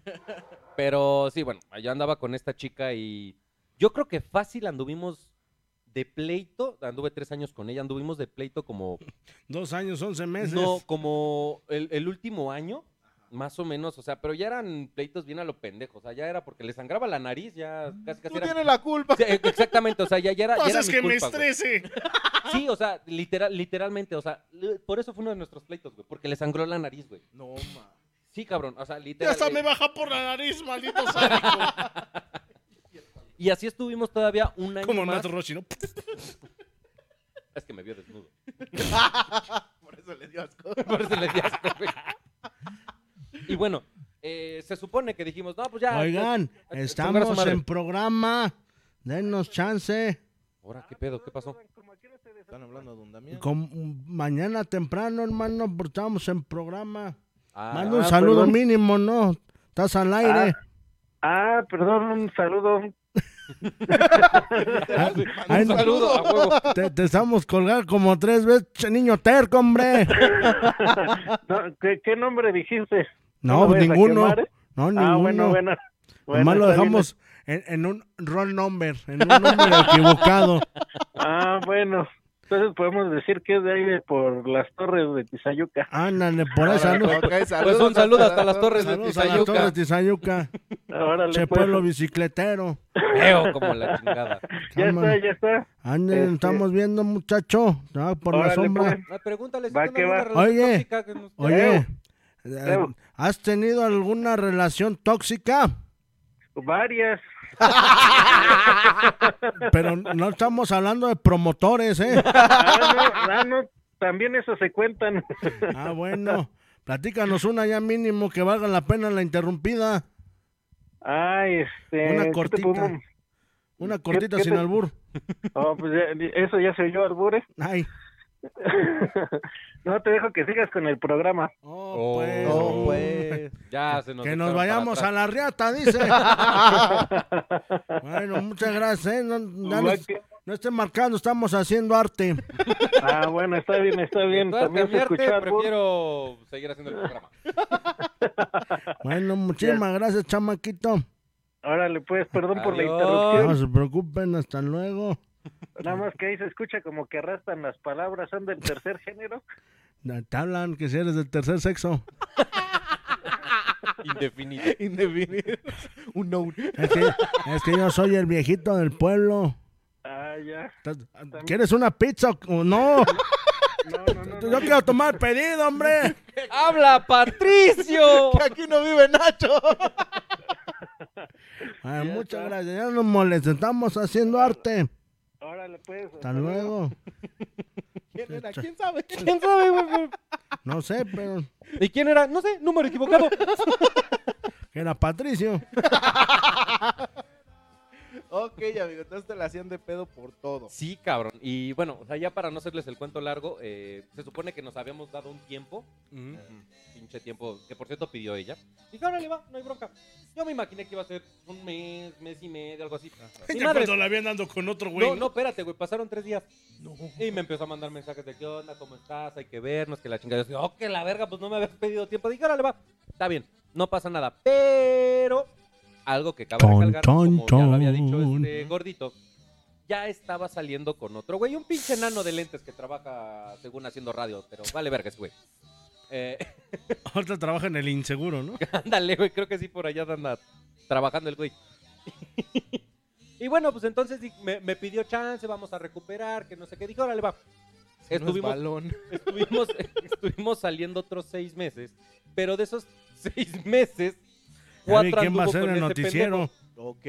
A: Pero sí, bueno, yo andaba con esta chica y yo creo que fácil anduvimos de pleito. Anduve tres años con ella, anduvimos de pleito como.
D: Dos años, once meses.
A: No, como el, el último año, más o menos. O sea, pero ya eran pleitos bien a lo pendejo. O sea, ya era porque le sangraba la nariz, ya casi casi
C: Tú
A: era.
C: tienes la culpa.
A: (laughs) Sí, e- exactamente, o sea, ya, ya era. ya era
D: Cosas
A: mi
D: que me
A: culpa, güey.
D: estrese.
A: Sí, o sea, literal, literalmente, o sea, le- por eso fue uno de nuestros pleitos, güey, porque le sangró la nariz, güey.
C: No, ma.
A: Sí, cabrón, o sea,
D: Ya
A: literal.
D: hasta
A: eh,
D: me baja por la nariz, maldito sádico.
A: Y así estuvimos todavía un año
D: Como
A: más.
D: Nato Rochi, ¿no?
A: Es que me vio desnudo. (laughs)
C: Por eso le dio asco.
A: Por eso le di asco, güey. Y bueno, eh, se supone que dijimos, no, pues ya.
D: Oigan,
A: a- a- chingar a su
D: estamos
A: madre.
D: en programa. Dennos chance.
A: Ahora, ¿qué pedo? ¿Qué pasó?
C: Están hablando de un Damián.
D: Con- mañana temprano, hermano, porque estamos en programa.
A: Ah,
D: Manda un
E: ah,
D: saludo
E: perdón.
D: mínimo, ¿no? Estás al aire.
E: Ah, perdón, un
D: (laughs)
E: saludo.
D: Ah,
A: pues un
D: ahí no-
A: saludo a huevo.
D: Te, te estamos colgar como tres veces, che, niño terco,
E: (laughs)
D: hombre.
C: (laughs)
E: No, ¿qué, qué nombre dijiste?
D: No,
E: ¿No ves a
D: ninguno.
E: quemar, eh?
D: No, ninguno.
E: Ah, bueno, bueno. Bueno,
D: Nomás lo
E: está bien.
D: dejamos eh. en, en un roll number, en un número equivocado.
E: Ah, bueno. Entonces podemos decir que es de ahí de por las torres de Tizayuca.
D: Ándale, por ahí salud.
C: Ok,
A: Pues
C: saludos
A: un saludo hasta
C: la
A: las torres de
D: Saludos a la torre de
A: Tizayuca.
D: Tizayuca.
E: Ahora
D: Che
E: le
D: pueblo bicicletero.
A: Veo como la chingada.
E: Ya está,
D: Cámara.
E: ya está.
D: Ándale,
E: Este-
D: estamos viendo, muchacho. Ah, por la
E: Órale,
D: sombra.
E: pues.
A: Ah, pregúntale si
E: Va,
A: tiene
E: que
A: alguna
E: va.
A: relación
D: Oye,
A: tóxica que nos-
D: Oye,
E: Eh,
D: eh,
E: eh.
D: ¿has tenido alguna relación tóxica?
E: Varias.
D: Pero no estamos hablando de promotores,
E: (laughs)
D: ¿eh?
E: Ah, no, ah, no, también eso se cuentan. (laughs)
D: Ah, bueno. Platícanos una ya mínimo que valga la pena la interrumpida.
E: Ay, este.
D: Una
E: ¿qué te
D: cortita.
E: pongo?
D: Una cortita
E: qué
D: sin
E: te-
D: albur.
E: Oh, pues ya- eso ya se oyó, Albure.
D: Ay.
E: (laughs) no te dejo que sigas con el programa.
D: Oh,
A: Oh,
D: pues.
A: oh,
D: mm.
C: pues.
A: Ya se nos
D: que nos
A: echaron para
D: vayamos a
A: atrás.
D: la riata, dice.
A: (laughs)
D: bueno, muchas gracias. ¿eh? No, ya
E: Va
D: nos-
E: que-
D: no estén marcando, estamos haciendo arte.
E: Ah, bueno, está bien, está bien.
A: Entonces,
E: También se
A: cambiarte,
E: escuchó Albur.
A: prefiero seguir haciendo el
E: (laughs)
A: programa.
D: Bueno, muchísimas gracias, chamaquito.
E: Órale, pues, perdón por la
A: Adiós.
E: interrupción.
D: No se preocupen, hasta luego.
E: Nada más que ahí se escucha como que arrastran las palabras, son del tercer género.
D: Te hablan que si eres del tercer sexo.
A: Indefinido. (laughs)
C: Indefinido. Un no.
D: Es que, es que yo soy el viejito del pueblo.
E: Ah, ya.
D: Estás- ¿Quieres una pizza o- o
E: (laughs)
D: no?
E: No, no, no.
D: Yo quiero tomar pedido, hombre.
A: ¡Habla
E: (laughs)
A: Patricio!
C: Aquí no vive Nacho.
D: Ay, muchas gracias, ya nos molestes, estamos haciendo arte.
E: Órale, pues.
D: Hasta luego.
C: ¿Quién era? ¿Quién
A: (laughs)
C: sabe?
A: ¿Quién sabe, güey?
D: No sé, pero
A: ¿Y quién era? No sé, número equivocado.
D: era Patricio.
C: Ok, amigo, entonces te la hacían de pedo por todo.
A: (laughs) Sí, cabrón. Y bueno, o sea, ya para no hacerles el cuento largo, eh, se supone que nos habíamos dado un tiempo, eh, pinche tiempo, que por cierto pidió ella. Dije, órale, va, no hay bronca. Yo me imaginé que iba a ser un mes, mes y medio, algo así. Mi
D: Ya
A: madre,
D: cuando la habían dando con otro güey.
A: no, no, espérate, güey, pasaron tres días. Y me empezó a mandar mensajes de qué onda, cómo estás, hay que vernos, que la chingada. Yo dije, oh, que la verga, pues no me habías pedido tiempo. Dije, órale, va, está bien, no pasa nada. Pero algo que cabe
D: Chon,
A: recalcar, como
D: chon,
A: ya lo había dicho
D: chon.
A: este gordito, ya estaba saliendo con otro güey, un pinche enano de lentes que trabaja según haciendo radio, pero vale verga ese güey. Eh, (laughs)
D: Ahorita trabaja en el inseguro, ¿no?
A: ándale, güey, (laughs) creo que sí por allá anda trabajando el güey. Y bueno, pues entonces di- me, me pidió chance, vamos a recuperar, que no sé qué. Dije, órale, va.
C: Estuvimos...
A: Estuvimos,
C: balón.
A: estuvimos, (laughs) estuvimos saliendo otros seis meses, pero de esos (laughs) seis meses,
D: Ay,
A: cuatro
D: ¿Quién va a
A: anduvo
D: ser
A: con
D: el
A: ese
D: noticiero?
A: pendejo.
C: Ok.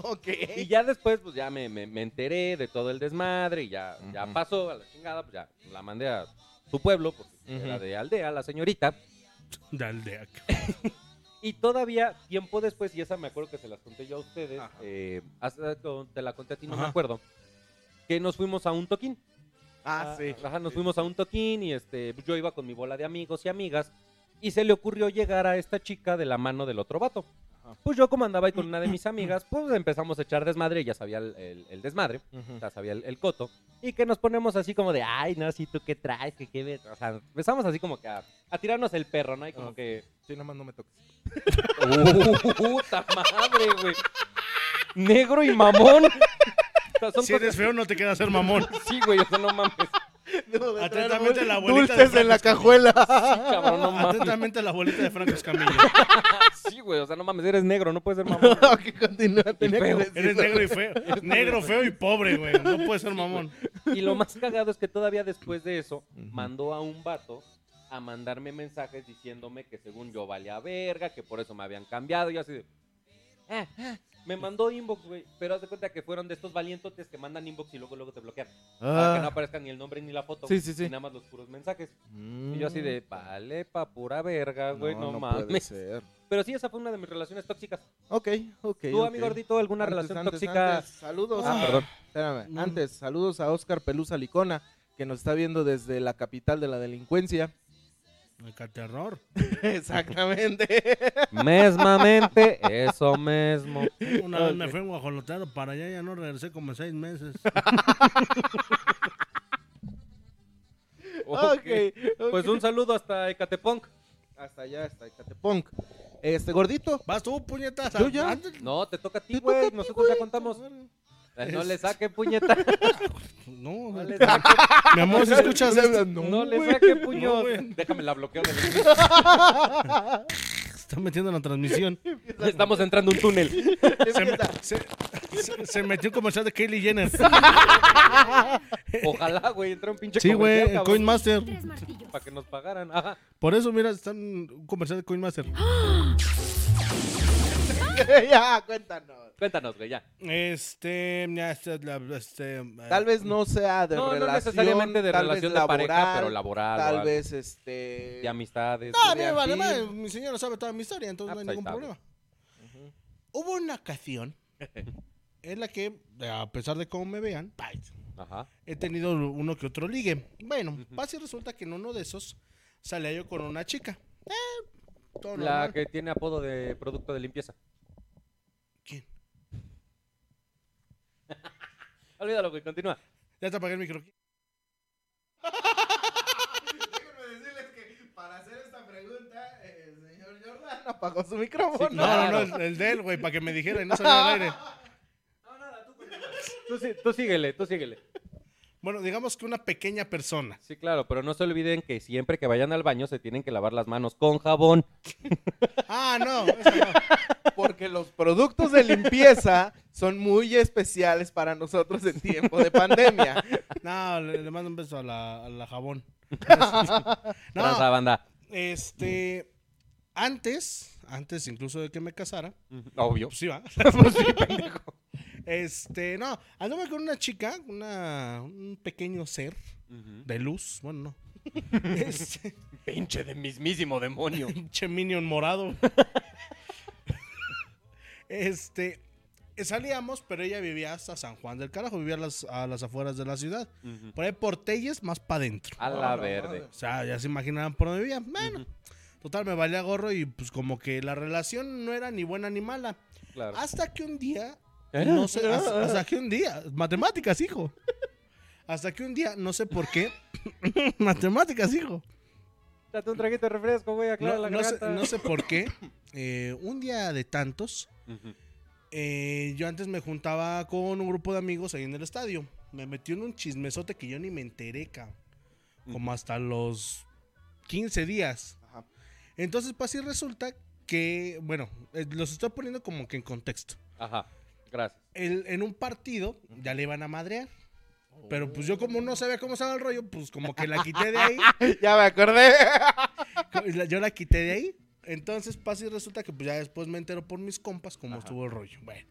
C: (laughs) Ok.
A: Y ya después, pues ya me, me- me enteré de todo el desmadre y ya, ya
C: Ujú.
A: pasó a la chingada, pues ya la mandé a su pueblo, porque era de aldea, la señorita.
D: Dale de acá.
A: Y todavía, tiempo después, y esa me acuerdo que se las conté yo a ustedes, eh, hasta con- te la conté a ti, no me
D: Ajá.
A: acuerdo, que nos fuimos a un toquín.
C: Ah, sí.
A: Ajá, nos
C: Sí.
A: fuimos a un toquín y este, pues, yo iba con mi bola de amigos y amigas y se le ocurrió llegar a esta chica de la mano del otro vato.
C: Ajá.
A: Pues yo como andaba ahí con una de mis amigas, pues empezamos a echar desmadre, y ya sabía el, el- el desmadre, ya sabía el, el coto, y que nos ponemos así como de, ay, no, si tú qué traes, que qué ves", o sea, empezamos así como que a, a tirarnos el perro, ¿no? Y como
C: Ok.
A: que...
C: Sí, nada más no me (laughs) toques.
A: ¡Puta madre, güey! Negro y mamón. O sea, (laughs) son
D: Si
A: cosas-
D: eres feo, no te queda ser mamón.
A: Sí, güey, o sea, no
C: (laughs)
A: mames.
D: Atentamente Ah, la abuelita.
C: Dulces
D: de
C: en la
D: Franco
C: cajuela. (laughs)
A: Cabrón, (laughs) no
D: Escamilla.
A: mames.
D: Atentamente la abuelita de Franco
A: (laughs)
D: Escamilla.
A: Sí, güey, o sea, no mames, eres negro, no puedes ser mamón.
C: que continúa. Tenía que
A: feo.
C: decirlo.
D: Eres negro
A: (laughs)
D: y feo. Negro, feo y pobre, güey. No puedes ser mamón.
A: Y lo más cagado es que todavía después de eso,
C: Ujú.
A: mandó a un vato a mandarme mensajes diciéndome que según yo valía verga, que por eso me habían cambiado. Y yo así de. "Ah, ah". Me mandó inbox, güey. Pero haz de cuenta que fueron de estos valientotes que mandan inbox y luego luego te bloquean.
C: Ah,
A: Para que no aparezca ni el nombre ni la foto.
C: Sí,
A: güey,
C: sí, sí. Mm.
A: Y nada más los puros mensajes. Y yo así de, vale, pa' pura verga,
C: No,
A: güey, no,
C: no puede
A: mames.
C: ser.
A: Pero sí, esa fue una de mis relaciones tóxicas.
C: Ok, ok.
A: ¿Tú,
C: ok.
A: amigo gordito, alguna
C: Antes,
A: relación
C: antes,
A: tóxica?
C: antes, saludos.
A: Ah,
C: a-
A: perdón.
C: espérame,
D: Mm.
C: Antes, saludos a Oscar Pelusa Licona, que nos está viendo desde la capital de la delincuencia. (laughs)
D: Acá terror.
C: Exactamente. (laughs)
A: Mesmamente, eso mismo.
D: Una vez me fui en guajolotero para allá, ya no regresé como
A: (laughs)
D: seis meses.
C: ok.
A: Pues un saludo hasta Ecatepunk.
C: Hasta allá, hasta Ecatepunk. Este gordito.
D: Vas tú, puñetas.
C: Yo ya.
D: Antes-
A: No, te toca a ti,
C: Te toca a
A: güey.
C: ti,
A: Nosotros ya
C: güey.
A: contamos. Eh, No
D: Es-
A: le saque, puñeta.
C: (laughs)
D: No,
A: No le
D: güey.
A: saque,
C: Ah,
D: mi amor, si escuchas esto,
A: no, le saque, puño.
D: No, güey.
A: Déjame la bloqueo. del-
D: se está metiendo en la
A: (laughs)
D: transmisión.
A: Estamos entrando a un túnel.
D: Se, me- se- se- se metió un comercial de Kylie Jenner.
A: Ojalá, güey, entra un pinche
D: Sí, güey,
A: comercial, cabrón,
D: Coinmaster.
F: Tres martillos.
A: Para que nos pagaran. Ajá.
D: Por eso, mira, están un comercial de Coinmaster.
C: ya, cuéntanos.
A: Cuéntanos, güey, ya.
D: Este, ya, este, la- este,
C: Tal
D: eh,
C: vez no sea de
A: no,
C: relación.
A: no necesariamente de
C: tal vez
A: relación de
C: laboral,
A: pareja, pero laboral. o
C: Tal
A: algo.
C: vez este.
A: De amistades.
D: Ah, a
A: güey.
D: mí me vale,
C: Beatriz.
D: madre, mi señora sabe toda mi historia, entonces
A: Ah,
D: no hay
A: pues ahí
D: ningún problema.
A: está,
D: Hubo
A: (laughs)
D: una ocasión en la que, a pesar de cómo me vean, bye,
A: Ajá.
D: he tenido uno que otro ligue. Bueno,
A: Ujú.
D: pasa y resulta que en uno de esos salía yo con una chica. Eh, todo
A: La
D: normal.
A: que tiene apodo de producto de limpieza.
D: ¿Quién?
A: Olvídalo, güey, continúa.
D: Ya te apagué el micro.
C: (laughs) Apagó su micrófono.
A: Sí,
D: No, no, no,
A: Claro.
D: el, el de él, güey, para que me dijera y no saliera al aire.
A: Tú, sí- tú síguele, tú síguele.
D: Bueno, digamos que una pequeña persona.
A: Sí, claro, pero no se olviden que siempre que vayan al baño se tienen que lavar las manos con jabón.
D: Ah, no, esa no.
C: (laughs) Porque los productos de limpieza son muy especiales para nosotros en tiempo de pandemia.
D: No, le, le mando un beso a la, a la jabón. (laughs)
A: Tranza,
D: no,
A: banda.
D: este. Antes, antes incluso de que me casara,
A: (laughs) Obvio.
D: (laughs) pues sí, va. Este, no, anduve con una chica, una, un pequeño ser de luz, (laughs) bueno, no. Este,
A: Pinche de mismísimo
C: (laughs)
A: demonio.
D: pinche minion morado. Este, salíamos, pero ella vivía hasta San Juan del Carajo, vivía a las, a las afueras de la ciudad. Por ahí por Telles, más para adentro.
A: A la verde.
D: O sea, ya se imaginarán por dónde vivía. Bueno,
A: Ah. Ujú,
D: total, me valía gorro y pues como que la relación no era ni buena ni mala.
A: Claro.
D: Hasta que un día,
A: ¿Eh?
D: no sé, hasta, hasta que un día, matemáticas,
A: (laughs)
D: hijo. Hasta que un día, no sé por qué, (coughs) matemáticas, hijo.
A: Date un traguito de refresco, güey, aclara
D: No,
A: la
D: no sé,
A: garganta.
D: no sé por
A: (laughs)
D: qué, eh, un día de tantos,
A: Ujú.
D: eh, yo antes me juntaba con un grupo de amigos ahí en el estadio. Me metió en un chismesote que yo ni me enteré, cabrón. Como hasta los 15 días.
C: Ajá.
D: Entonces, pues así resulta que, bueno, eh, los estoy poniendo como que en contexto.
A: Ajá, gracias.
D: El- en un partido ya le iban a madrear. Pero pues yo como no sabía cómo estaba el rollo, pues como que la quité de ahí.
C: (laughs) Ya me acordé.
D: Y la- (laughs) Yo la quité de ahí. Entonces pasa y resulta que pues, ya después me entero por mis compas cómo estuvo el rollo. Bueno.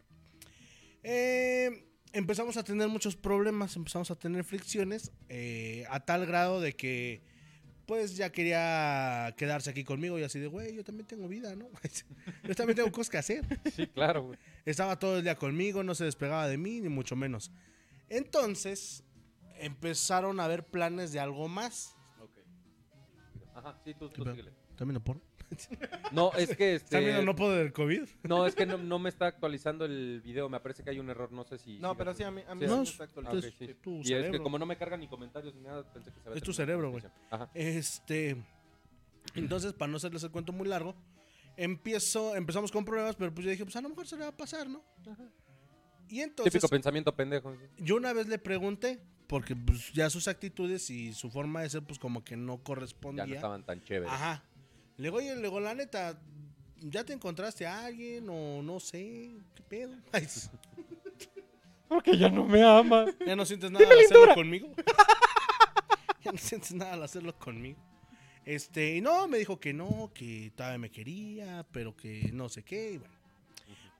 D: Eh, empezamos a tener muchos problemas, empezamos a tener fricciones eh, a tal grado de que pues ya quería quedarse aquí conmigo y así de, güey, yo también tengo vida, ¿no? (laughs) yo también tengo cosas que hacer.
A: Sí, claro, güey.
D: Estaba todo el día conmigo, no se despegaba de mí, ni mucho menos. Entonces empezaron a haber planes de algo más.
A: Ajá, sí, tú,
D: ¿Qué
A: tú
D: pedo?
A: síguele.
D: ¿También no por?
A: No, es
D: (laughs)
A: que este.
D: ¿Están viendo no puedo del COVID?
A: No, es que no, no me está actualizando el video. Me parece que hay un error. No sé si.
E: No,
A: sigas
E: pero
A: tú.
E: sí, a mí, a mí
A: Sí,
E: sí
A: no,
E: me
D: es-
E: está
A: Ah,
E: actualizando.
A: ok,
D: Entonces,
A: sí.
D: tu
A: Y es que
D: cerebro.
A: como no me cargan ni comentarios ni nada, pensé que se había
D: Es tu
A: terminado la
D: cerebro,
A: transmisión. Ajá.
D: Este. Entonces, para no hacerles el cuento muy largo, empiezo, empezamos con problemas, pero pues yo dije, pues a lo mejor se le va a pasar, ¿no? Y entonces,
A: Típico pensamiento pendejo. sí.
D: yo una vez le pregunté, porque pues, ya sus actitudes y su forma de ser, pues como que no correspondía.
A: Ya no estaban tan chéveres.
D: Ajá. Le digo, oye, le digo, la neta, ¿ya te encontraste a alguien o no sé? ¿Qué pedo? (laughs) Ay, sí.
A: Porque ya no me ama.
D: ¿Ya no sientes nada al hacerlo conmigo? (laughs) ¿Ya no sientes nada al hacerlo conmigo? Este, y no, me dijo que no, que todavía me quería, pero que no sé qué, y bueno.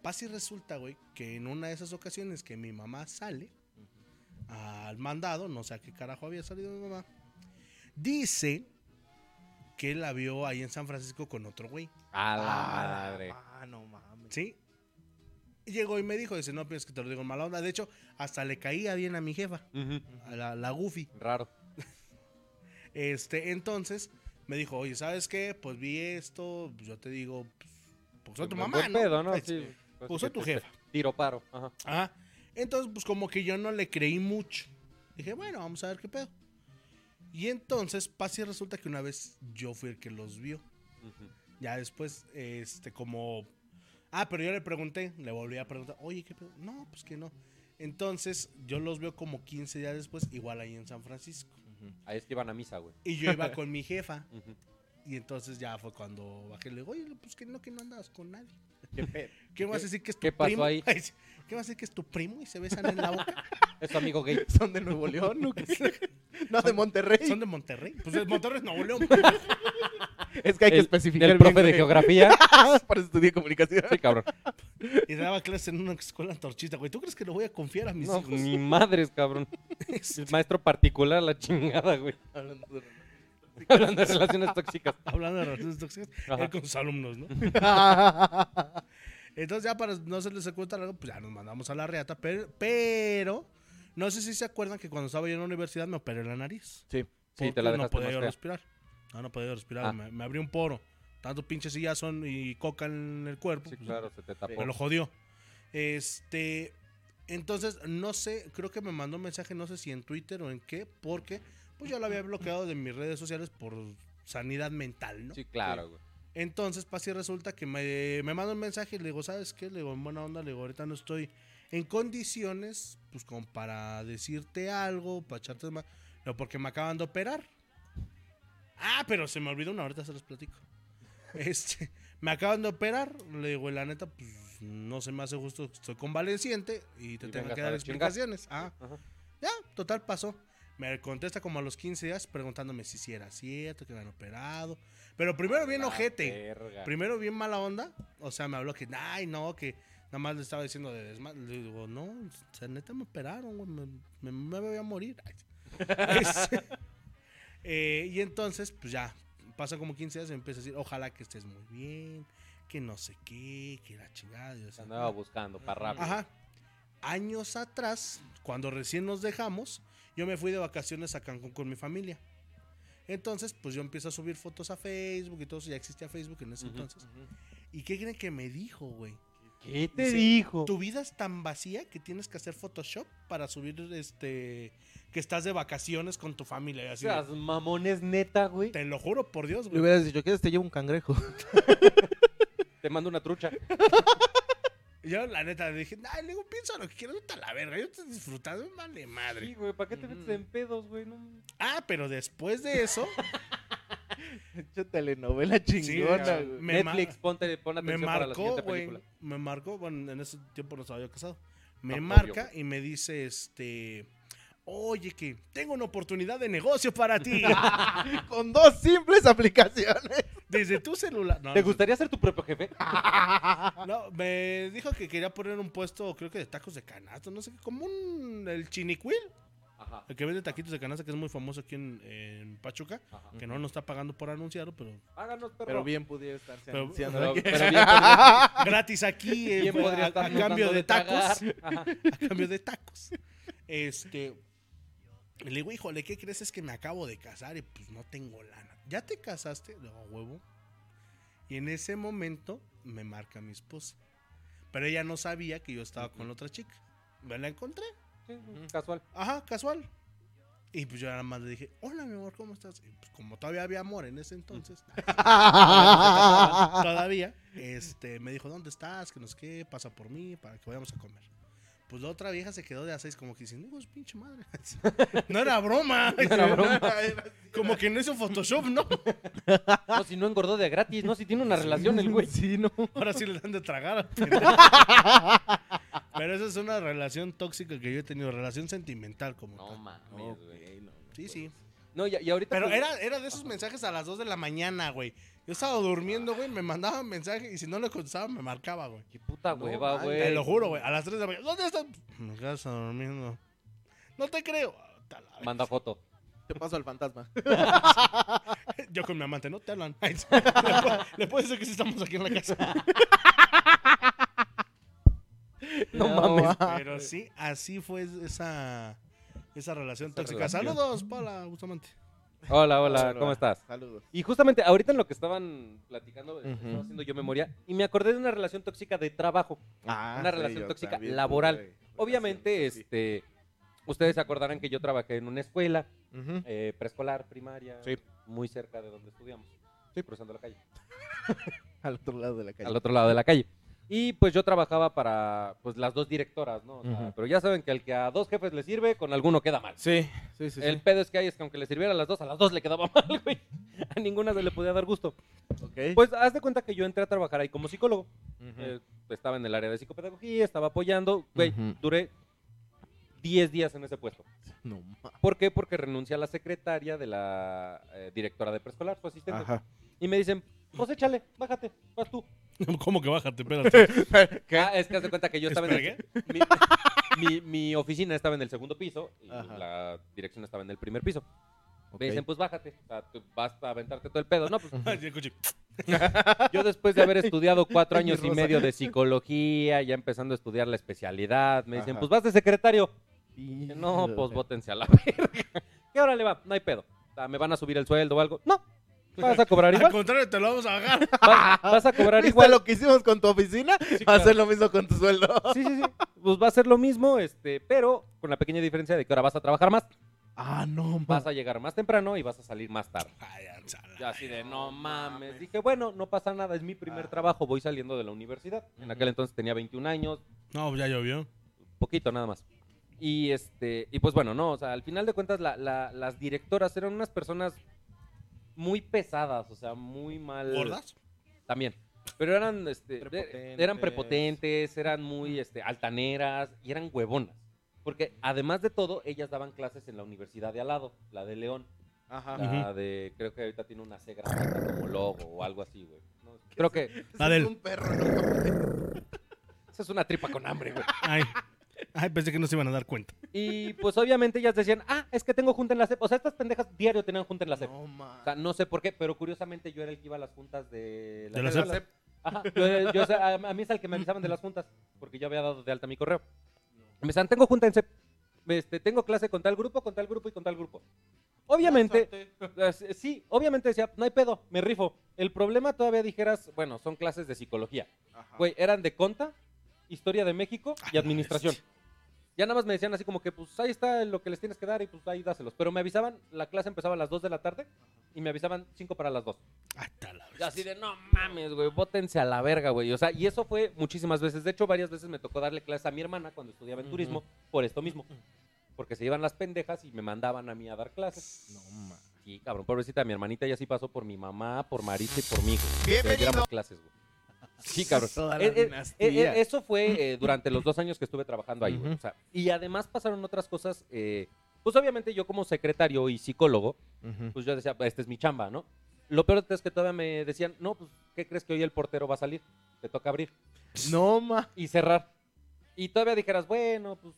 D: Pasa y resulta, güey, que en una de esas ocasiones que mi mamá sale al mandado, no sé a qué carajo había salido mi mamá, dice que la vio ahí en San Francisco con otro güey,
A: A la
E: Ah,
A: madre.
E: ah, no mames.
D: ¿sí? Y Llegó y me dijo, dice, no pienses que te lo digo en mala onda. De hecho, hasta le caía bien a mi jefa,
A: Ujú.
D: a la, la Goofy.
A: Raro.
D: Este, entonces me dijo, oye, ¿sabes qué? Pues vi esto, pues, yo te digo, pues, pues soy tu
A: Buen
D: mamá, ¿no?
A: pedo, ¿no?
D: Ay,
A: Sí. Pues sí
D: Pues soy
A: que
D: tu
A: te-
D: jefa.
A: Tiro paro. Ajá.
D: Ajá. Entonces, pues como que yo no le creí mucho. Dije, bueno, vamos a ver qué pedo. Y entonces, pasa y resulta que una vez yo fui el que los vio.
A: Ujú.
D: Ya después, este, como... Ah, pero yo le pregunté, le volví a preguntar, oye, ¿qué pedo? No, pues que no. Entonces, yo los veo como 15 días después, igual ahí en San Francisco.
A: Ahí es que iban a misa, güey.
D: Y yo iba con mi jefa.
A: Ujú.
D: Y entonces ya fue cuando bajé. Le digo, oye, pues que no, que no andabas con nadie.
C: Qué pedo.
D: ¿Qué vas a decir que es tu
A: qué pasó
D: primo?
A: ahí?
D: (laughs) Ay, sí. ¿Qué vas a decir que es tu primo y se besan en
A: (laughs)
D: la boca?
A: Es tu amigo
D: (laughs)
A: gay.
C: Son de Nuevo León, ¿no? (laughs) No, de Monterrey.
D: Son de Monterrey. Pues de Monterrey no Nuevo León.
C: Es que hay que
A: El-
C: especificar.
A: Del
C: bien,
A: profe de
C: güey.
A: geografía.
C: (laughs) Para estudiar comunicación.
A: Sí,
D: (laughs)
A: cabrón.
D: Y daba clases en una escuela antorchista, güey. ¿Tú crees que le voy a confiar a mis
A: No, pues
D: hijos?
A: ni madres,
D: (laughs)
A: cabrón. El maestro particular, la chingada, güey.
C: (laughs)
A: (laughs)
C: Hablando de-
A: Hablando de relaciones tóxicas.
D: Hablando de relaciones tóxicas,
A: Ajá.
D: él con sus alumnos, ¿no? Entonces ya para no hacerles el cuento largo, pues ya nos mandamos a la reata. Pero, pero no sé si se acuerdan que cuando estaba yo en la universidad me operé la nariz.
C: Sí.
A: Sí, te
D: porque
A: la
D: no
A: dejaste
D: podía
A: más
D: yo
A: fea.
D: respirar. No, no podía yo respirar.
A: Ah.
D: Me, me abrió un poro. Tanto pinche sillazón y coca en el cuerpo.
A: Sí,
D: pues,
A: claro, se te tapó.
D: Me lo jodió. Este. Entonces, no sé, creo que me mandó un mensaje, no sé si en Twitter o en qué, porque pues yo lo había bloqueado de mis redes sociales por sanidad mental, ¿no?
A: Sí, claro, güey.
D: Entonces, pasa y resulta que me, me manda un mensaje y le digo, ¿sabes qué? Le digo, en buena onda, le digo, ahorita no estoy en condiciones, pues como para decirte algo, para echarte más. No, porque me acaban de operar. Ah, pero se me olvidó una, ahorita se los platico. (laughs) Este, me acaban de operar, le digo, la neta, pues no se me hace justo, estoy convaleciente y te
A: Y
D: tengo
A: vengas
D: que
A: a
D: dar
A: la chingada.
D: explicaciones. Ah,
A: Ajá.
D: ya, total, pasó. Me contesta como a los 15 días preguntándome si sí era cierto, que me han operado. Pero primero bien
A: La
D: ojete.
A: verga.
D: Primero bien mala onda. O sea, me habló que, ay, no, que nada más le estaba diciendo de desmadre. Le digo, no, o sea, neta me operaron, güey, me, me- me voy a morir. Ay, sí. Este, eh, y entonces, pues ya, pasan como 15 días y me empieza a decir, ojalá que estés muy bien, que no sé qué, que la chingada. y yo así,
A: Se andaba buscando, para rápido.
D: Ajá. Años atrás, cuando recién nos dejamos, yo me fui de vacaciones a Cancún con mi familia. Entonces, pues yo empiezo a subir fotos a Facebook y todo eso. Ya existía Facebook en ese
A: Ujú,
D: entonces. ¿Y qué creen que me dijo, güey?
A: ¿Qué te
D: Dice,
A: dijo?
D: Tu vida es tan vacía que tienes que hacer Photoshop para subir este. que estás de vacaciones con tu familia. Y así de,
A: Esas mamones neta, güey.
D: Te lo juro por Dios,
E: Le
D: güey.
E: hubieras dicho, ¿quieres te llevo un cangrejo? (laughs)
A: Te mando una trucha.
D: Y Yo, la neta, le dije, ay, le digo, piensa lo que quieras, vete a la verga. Yo estoy disfrutando, vale madre.
A: Sí, güey, ¿para qué te metes en pedos, güey? No-
D: Ah, pero después de eso,
E: Pinche telenovela chingona,
D: güey.
E: güey.
D: Me
A: Netflix,
D: mar-
A: ponte, pon
D: me
A: atención para la
D: marcó,
A: siguiente
D: güey.
A: película.
D: Me marcó, bueno, en ese tiempo no se había casado. Me
A: No,
D: marca
A: obvio,
D: y me dice, este, oye, que tengo una oportunidad de negocio para
A: (laughs)
D: ti.
E: Con dos simples aplicaciones.
D: Desde tu celular. No,
A: ¿Te
D: no sé.
A: gustaría ser tu propio jefe?
D: No, me dijo que quería poner un puesto, creo que de tacos de canasta, no sé, como un, el chinicuil,
A: Ajá,
D: el que vende taquitos de canasta, que es muy famoso aquí en, en Pachuca,
A: ajá.
D: que no nos está pagando por anunciarlo, pero
A: Háganos, perro.
E: Pero bien pudiera estarse
D: Pero-
E: anunciando.
A: Pero-
E: aquí.
A: pero bien podría-
D: gratis aquí, eh,
A: bien
D: fue
A: podría
D: a,
A: estar
D: a cambio
A: tratando
D: de
A: pagar.
D: tacos. (laughs)
A: Ajá.
D: a cambio de tacos. Este. Le digo, híjole, ¿qué crees? Es que me acabo de casar y pues no tengo lana. ¿Ya te casaste? No, huevo. Y en ese momento me marca mi esposa. Pero ella no sabía que yo estaba con otra chica. Me la encontré.
A: Sí, Casual.
D: Ajá, casual. Y pues yo nada más le dije, hola mi amor, ¿cómo estás? Y pues como todavía había amor en ese entonces, todavía, este, me dijo, ¿dónde estás? Que no sé qué, pasa por mí para que vayamos a comer. Pues la otra vieja se quedó de a seis como que diciendo, "Hijos, pinche madre. (laughs) no era broma. (laughs) como que no hizo Photoshop, ¿no? (laughs)
A: No, si no engordó de gratis, no, si tiene una relación el güey.
E: Sí, no.
D: Ahora sí le dan de tragar. al pendejo. Pero esa es una relación tóxica que yo he tenido, relación sentimental como
A: No
D: tal.
A: mames, güey.
D: Sí, sí.
A: No, y, y ahorita.
D: Pero
A: pues,
D: era, era de esos mensajes a las 2 de la mañana, güey. Yo estaba durmiendo, güey, me mandaba un mensaje y si no le contestaba me marcaba, güey.
A: Qué puta hueva, güey.
D: Te lo juro, güey. A las 3 de la mañana. ¿Dónde estás? Me quedas durmiendo. No te creo. Ah, ta la vez.
A: Manda foto.
E: Te paso al (laughs) fantasma.
D: Yo con mi amante, no te hablan. Ay, sí. (laughs) le, puedo, le puedo decir que sí estamos aquí en la casa. (laughs)
A: No mames.
D: Pero sí, así fue esa, esa relación
A: Esa
D: tóxica.
A: relación.
D: Saludos, Paula Bustamante.
A: Hola, hola, ¿cómo estás?
E: Saludos.
A: Y justamente ahorita en lo que estaban platicando,
E: Ujú.
A: estaba haciendo yo memoria, y me acordé de una relación tóxica de trabajo.
E: Ah,
A: Una
E: sí,
A: relación
E: yo
A: tóxica
E: también
A: laboral.
E: tuve relación
A: Obviamente,
E: tóxica.
A: este, ustedes se acordarán que yo trabajé en una escuela,
E: Ujú.
A: eh, preescolar, primaria,
E: Sí.
A: muy cerca de donde estudiamos, cruzando la calle,
E: Al otro lado de la calle.
A: al otro lado de la calle. Y pues yo trabajaba para pues las dos directoras, ¿no? O sea,
E: Ujú.
A: Pero ya saben que al que a dos jefes le sirve, con alguno queda mal.
E: Sí, sí, sí.
A: El pedo es que hay es que aunque le sirviera a las dos, a las dos le quedaba (laughs) mal, güey. A ninguna se le podía dar gusto.
E: sí. Ok.
A: Pues haz de cuenta que yo entré a trabajar ahí como psicólogo. Eh, estaba en el área de psicopedagogía, estaba apoyando, güey,
E: Ujú.
A: duré 10 días en ese puesto.
E: No mames.
A: ¿Por qué? Porque renuncia la secretaria de la eh, directora de preescolar, su asistente.
E: Ajá.
A: Y me dicen, pues échale, bájate, vas tú.
D: (laughs) ¿Cómo que bájate? Espérate. (laughs)
A: Ah, es que haz de cuenta que yo estaba en el,
D: Espera,
A: mi, (laughs) mi- mi oficina estaba en el segundo piso y
E: Ajá.
A: la dirección estaba en el primer piso.
E: Ok.
A: Me dicen, pues bájate, o sea, tú vas a aventarte todo el pedo. No, pues
D: Ay, ya escuché.
E: (laughs)
A: Yo después de haber estudiado cuatro
E: Ay, mi
A: años y
E: rosa.
A: medio de psicología, ya empezando a estudiar la especialidad, me dicen,
E: Ajá.
A: pues vas de secretario.
E: Y-
A: Dije, No, pues vótense a la (laughs) verga. ¿Qué hora le va? No hay pedo. O sea, ¿Me van a subir el sueldo o algo? No. Vas a cobrar
D: (laughs) Al
A: igual.
D: contrario, te lo vamos a bajar. (laughs)
A: Va- vas a cobrar
E: ¿Viste
A: igual.
E: lo que hicimos con tu oficina? Va a hacer lo mismo con tu sueldo.
A: Sí, sí, sí. Pues va a ser lo mismo, este, pero con la pequeña diferencia de que ahora vas a trabajar más,
E: Ah, no
A: vas a llegar más temprano y vas a salir más tarde.
D: Ay, ansala.
A: Yo así de, no mames. Dije, bueno, no pasa nada, es mi primer trabajo, voy saliendo de la universidad. En aquel entonces tenía 21 años,
D: No, pues ya llovió.
A: poquito nada más. Y este, y pues bueno, no, o sea, al final de cuentas la- la- las directoras eran unas personas muy pesadas, o sea, muy mal.
D: ¿Gordas?
A: También. Pero eran, este, de-
E: Prepotentes.
A: eran prepotentes, eran muy, este, altaneras y eran huevonas. Porque además de todo, ellas daban clases en la universidad de al lado, la de León,
E: Ajá.
A: la de, creo que ahorita tiene una cegra como logo o algo así, güey. No, creo que
D: La del-
E: Es un perro.
A: (laughs)
E: ¿no?
A: esa es una tripa con hambre, güey.
D: Ay. Ay, pensé que no se iban a dar cuenta.
A: Y pues obviamente ellas decían, ah, es que tengo junta en la CEP. O sea, estas pendejas diario tenían junta en la CEP.
E: No mames.
A: O sea, no sé por qué, pero curiosamente yo era el que iba a las juntas de E
D: De la SEP.
A: Ajá, yo- yo- o sea, a, a mí es al que me avisaban de las juntas, porque yo había dado de alta mi correo. Me decían, tengo junta en SEP. Este, tengo clase con tal grupo, con tal grupo y con tal grupo. Obviamente, eh, sí, obviamente decía, no hay pedo, me rifo. El problema todavía dijeras, bueno, son clases de psicología.
E: Ajá.
A: Güey, eran de conta, historia de México
D: A
A: y
D: la
A: administración.
D: bestia.
A: Ya nada más me decían así como que, pues ahí está lo que les tienes que dar y pues ahí dáselos. Pero me avisaban, la clase empezaba a las 2 de la tarde y me avisaban 5 para las 2.
D: Hasta Ah, la
A: Yo así de, no mames, güey, bótense a la verga, güey. O sea, y eso fue muchísimas veces. De hecho, varias veces me tocó darle clases a mi hermana cuando estudiaba en turismo por esto mismo. Porque se iban las pendejas y me mandaban a mí a dar clases.
E: No mames.
A: Sí, cabrón, pobrecita, mi hermanita ya sí pasó por mi mamá, por Marisa y por mi hijo. Bienvenido. clases, güey. Sí, cabrón.
B: Toda la
A: Eh, eh,
B: dinastía.
A: eh, eh, eso fue eh, durante los dos años que estuve trabajando ahí, güey. O sea, y además pasaron otras cosas. eh, pues obviamente yo como secretario y psicólogo, pues yo decía, "Pues, esta es mi chamba, ¿no? Lo peor es que todavía me decían, no, pues, ¿qué crees que hoy el portero va a salir? Te toca abrir
C: No, ma.
A: y cerrar. Y todavía dijeras, bueno, pues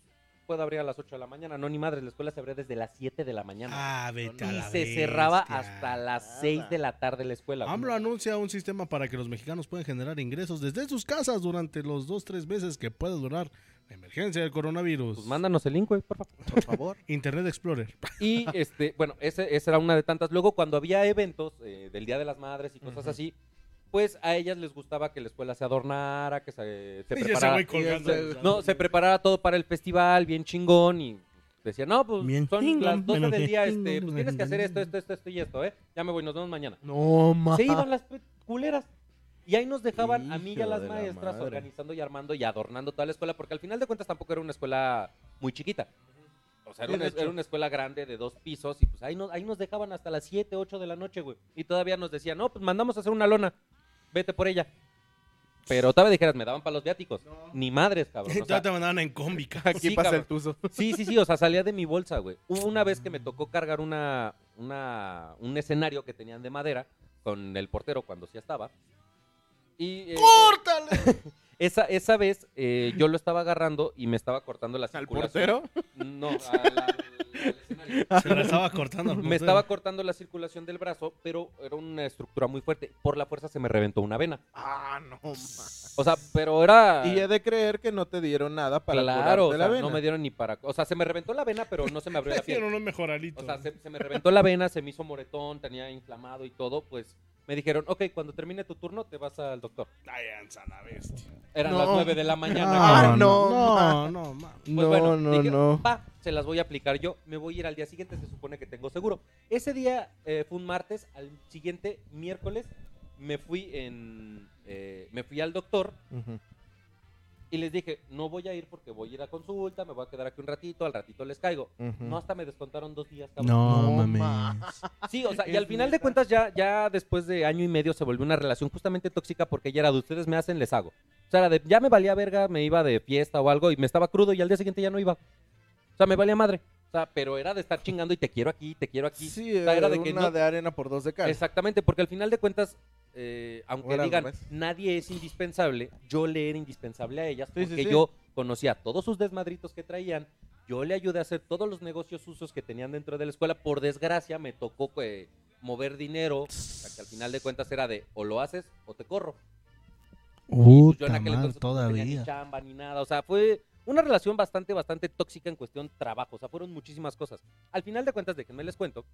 A: puedo abrir a las 8 de la mañana. No, ni madres, la escuela se abría desde las 7 de la mañana.
D: Ah, vete a
A: y
D: la
A: se cerraba
D: bestia.
A: hasta las 6 de la tarde la escuela. güey.
D: AMLO anuncia un sistema para que los mexicanos puedan generar ingresos desde sus casas durante los dos, tres meses que pueda durar la emergencia del coronavirus.
A: Pues mándanos el link, güey, por favor.
C: Por
D: (laughs)
C: favor.
D: Internet Explorer.
A: Y este, bueno, ese- esa era una de tantas. Luego, cuando había eventos eh, del Día de las Madres y cosas así, pues a ellas les gustaba que la escuela se adornara, que se, se
D: (laughs) Y ese
A: preparara.
D: güey colgando.
A: No, se preparara todo para el festival, bien chingón, y decía, no, pues
D: Bien
A: son
D: chingón,
A: las 12
D: menos
A: del
D: que
A: día,
D: chingón,
A: este, pues
D: menos
A: tienes que
D: que
A: hacer esto,
D: chingón.
A: esto, esto, esto y esto, ¿eh? Ya me voy, nos vemos mañana.
C: No, ma.
A: Se iban las pe- culeras. Y ahí nos dejaban a mí y a
C: Hijo
A: las
C: de la
A: maestras
C: madre.
A: organizando y armando y adornando toda la escuela, porque al final de cuentas tampoco era una escuela muy chiquita. O sea, era
C: Bien
A: una,
C: hecho.
A: era una escuela grande de dos pisos y pues ahí nos, ahí nos dejaban hasta las 7, 8 de la noche, güey. Y todavía nos decían, no, pues mandamos a hacer una lona, vete por ella. Pero todavía dijeras, me daban para los viáticos. Ni madres, cabrón.
D: Y
A: o sea,
C: (laughs)
D: todavía te mandaban en combi, ca-
C: Aquí
A: sí,
C: pasa
A: cabrón.
C: el tuzo.
A: Sí, sí, sí, o sea, salía de mi bolsa, güey. Hubo una vez que me tocó cargar una, una, un escenario que tenían de madera con el portero cuando sí estaba. Y, eh, (laughs) esa, esa vez eh, yo lo estaba agarrando y me estaba cortando la
C: ¿Al
A: circulación.
C: portero?
A: No, al-
C: (laughs)
A: al- al escenario.
D: Se la estaba cortando. al
A: Me
D: portero.
A: estaba cortando la circulación del brazo, pero era una estructura muy fuerte. Por la fuerza se me reventó una vena.
C: Ah, no, ma.
A: O sea, pero era...
C: Y he de creer que no te dieron nada para
A: claro,
C: curarte
A: o sea,
C: la vena.
A: no me dieron ni para... O sea, se me reventó la vena, pero no se me abrió (laughs) la piel.
D: (laughs) Hicieron unos mejoralitos.
A: O sea, se, se me reventó la vena, se me hizo moretón, tenía inflamado y todo, pues me dijeron, ok, cuando termine tu turno te vas al doctor.
D: Ay, ansa la bestia.
A: Eran
C: No.
A: las 9 de la mañana.
C: Ah,
A: cabrón.
C: no,
D: No, no, ma.
A: Pues
C: no,
A: bueno,
C: no,
A: dije,
C: no.
A: "Va, se las voy a aplicar yo, me voy a ir al día siguiente, se supone que tengo seguro. Ese día eh, fue un martes, al siguiente miércoles me fui en... eh, me fui al doctor
C: Ujú.
A: y les dije, no voy a ir porque voy a ir a consulta, me voy a quedar aquí un ratito, al ratito les caigo.
C: Ujú.
A: No, hasta me descontaron dos días, cabrón.
D: No,
C: No,
D: mames.
C: ma.
A: Sí, o sea, y al final de cuentas ya, ya después de año y medio se volvió una relación justamente tóxica porque ya era de ustedes me hacen, les hago. O sea, era de, ya me valía verga, me iba de fiesta o algo y me estaba crudo y al día siguiente ya no iba. O sea, me valía madre. O sea, pero era de estar chingando y te quiero aquí, te quiero aquí.
C: Sí,
A: O sea, era de
C: una
A: que no-
C: de arena por dos de cal.
A: Exactamente, porque al final de cuentas, eh, aunque
C: Ahora al
A: digan
C: revés.
A: nadie es indispensable, yo le era indispensable a ellas
C: Sí, sí,
A: porque
C: sí.
A: yo conocía todos sus desmadritos que traían. Yo le ayudé a hacer todos los negocios sucios que tenían dentro de la escuela. Por desgracia, me tocó eh, mover dinero. O sea, que al final de cuentas era de o lo haces o te corro. Y, pues, yo en aquel entonces, pues, no tenía ni chamba ni nada. O sea, fue una relación bastante, bastante tóxica en cuestión trabajo. O sea, fueron muchísimas cosas. Al final de cuentas, déjenme les cuento.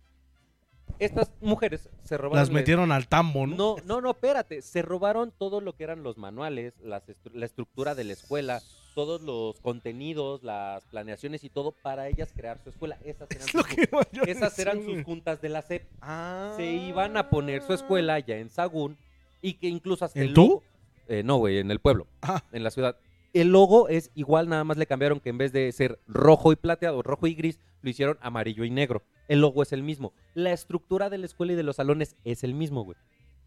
A: Estas mujeres se robaron.
D: Las
A: la-
D: metieron al tambo, ¿no?
A: no, no, no, espérate. Se robaron todo lo que eran los manuales, las estru- la estructura de la escuela, todos los contenidos, las planeaciones y todo para ellas crear su escuela. Esas eran, sus, jun- esas eran sus juntas de la SEP.
C: Ah.
A: Se iban a poner su escuela ya en Sagún y que incluso hasta
D: ¿En
A: el
D: tú?
A: logo- Eh, no, güey, en el pueblo,
D: Ah.
A: en la ciudad. El logo es igual, nada más le cambiaron que en vez de ser rojo y plateado, rojo y gris, lo hicieron amarillo y negro. El logo es el mismo. La estructura de la escuela y de los salones es el mismo, güey.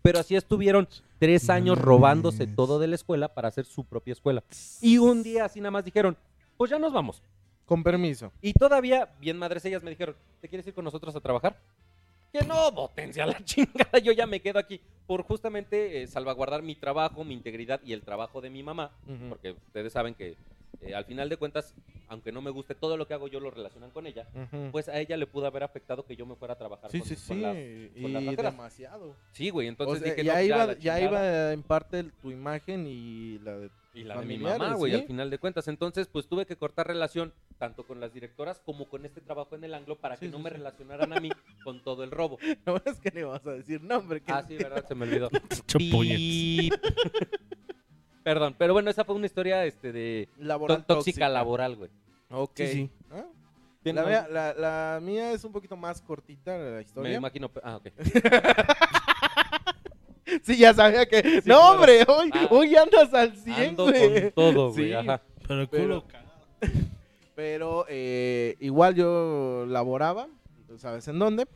A: Pero así estuvieron tres
D: No
A: años
D: mames.
A: robándose todo de la escuela para hacer su propia escuela. Y un día así nada más dijeron, pues ya nos vamos.
C: Con permiso.
A: Y todavía, bien madres ellas me dijeron, ¿te quieres ir con nosotros a trabajar? Que no, botense a la (laughs) chingada, yo ya me quedo aquí por justamente eh, salvaguardar mi trabajo, mi integridad y el trabajo de mi mamá,
C: Ujú.
A: porque ustedes saben que eh, al final de cuentas, aunque no me guste todo lo que hago, yo lo relacionan con ella,
C: Ujú.
A: pues a ella le pudo haber afectado que yo me fuera a trabajar
C: Mm. sí,
A: con,
C: sí,
A: con
C: sí.
A: las- con las
C: y
A: rateras.
C: demasiado.
A: Sí, güey, entonces
C: O sea,
A: dije,
C: ya,
A: no, pues, a
C: iba,
A: la
C: ya
A: chingada.
C: iba en parte el- tu imagen y la de... (laughs)
A: Y la de mi
C: familiares,
A: mamá, güey,
C: ¿sí?
A: al final de cuentas. Entonces, pues tuve que cortar relación tanto con las directoras como con este trabajo en el anglo para que
C: Sí,
A: no
C: sí,
A: me
C: sí.
A: relacionaran
C: (laughs)
A: a mí con todo el robo.
C: No es que le vas a decir nombre. Que
A: Ah, sí, verdad, se me
C: (laughs)
A: olvidó.
D: Chupuñetes.
A: Pip. Perdón, pero bueno, esa fue una historia este, de tó-
C: Laboral
A: tóxica, laboral, güey.
C: Ok.
D: Sí, sí.
C: Ah,
A: ¿Tiene
C: La,
A: más?
C: mía, la- la mía es un poquito más cortita la
A: Me
C: historia.
A: imagino. pe- Ah, ok.
C: (laughs) Sí, ya sabía que... no,
A: claro.
C: hombre, hoy,
A: Ah.
C: hoy andas al 100,
A: Ando
C: güey.
A: con todo, güey.
C: Sí.
A: Ajá.
D: Pero el
C: Pero-
D: culo cagado.
C: Pero eh, igual yo laboraba, tú sabes en dónde.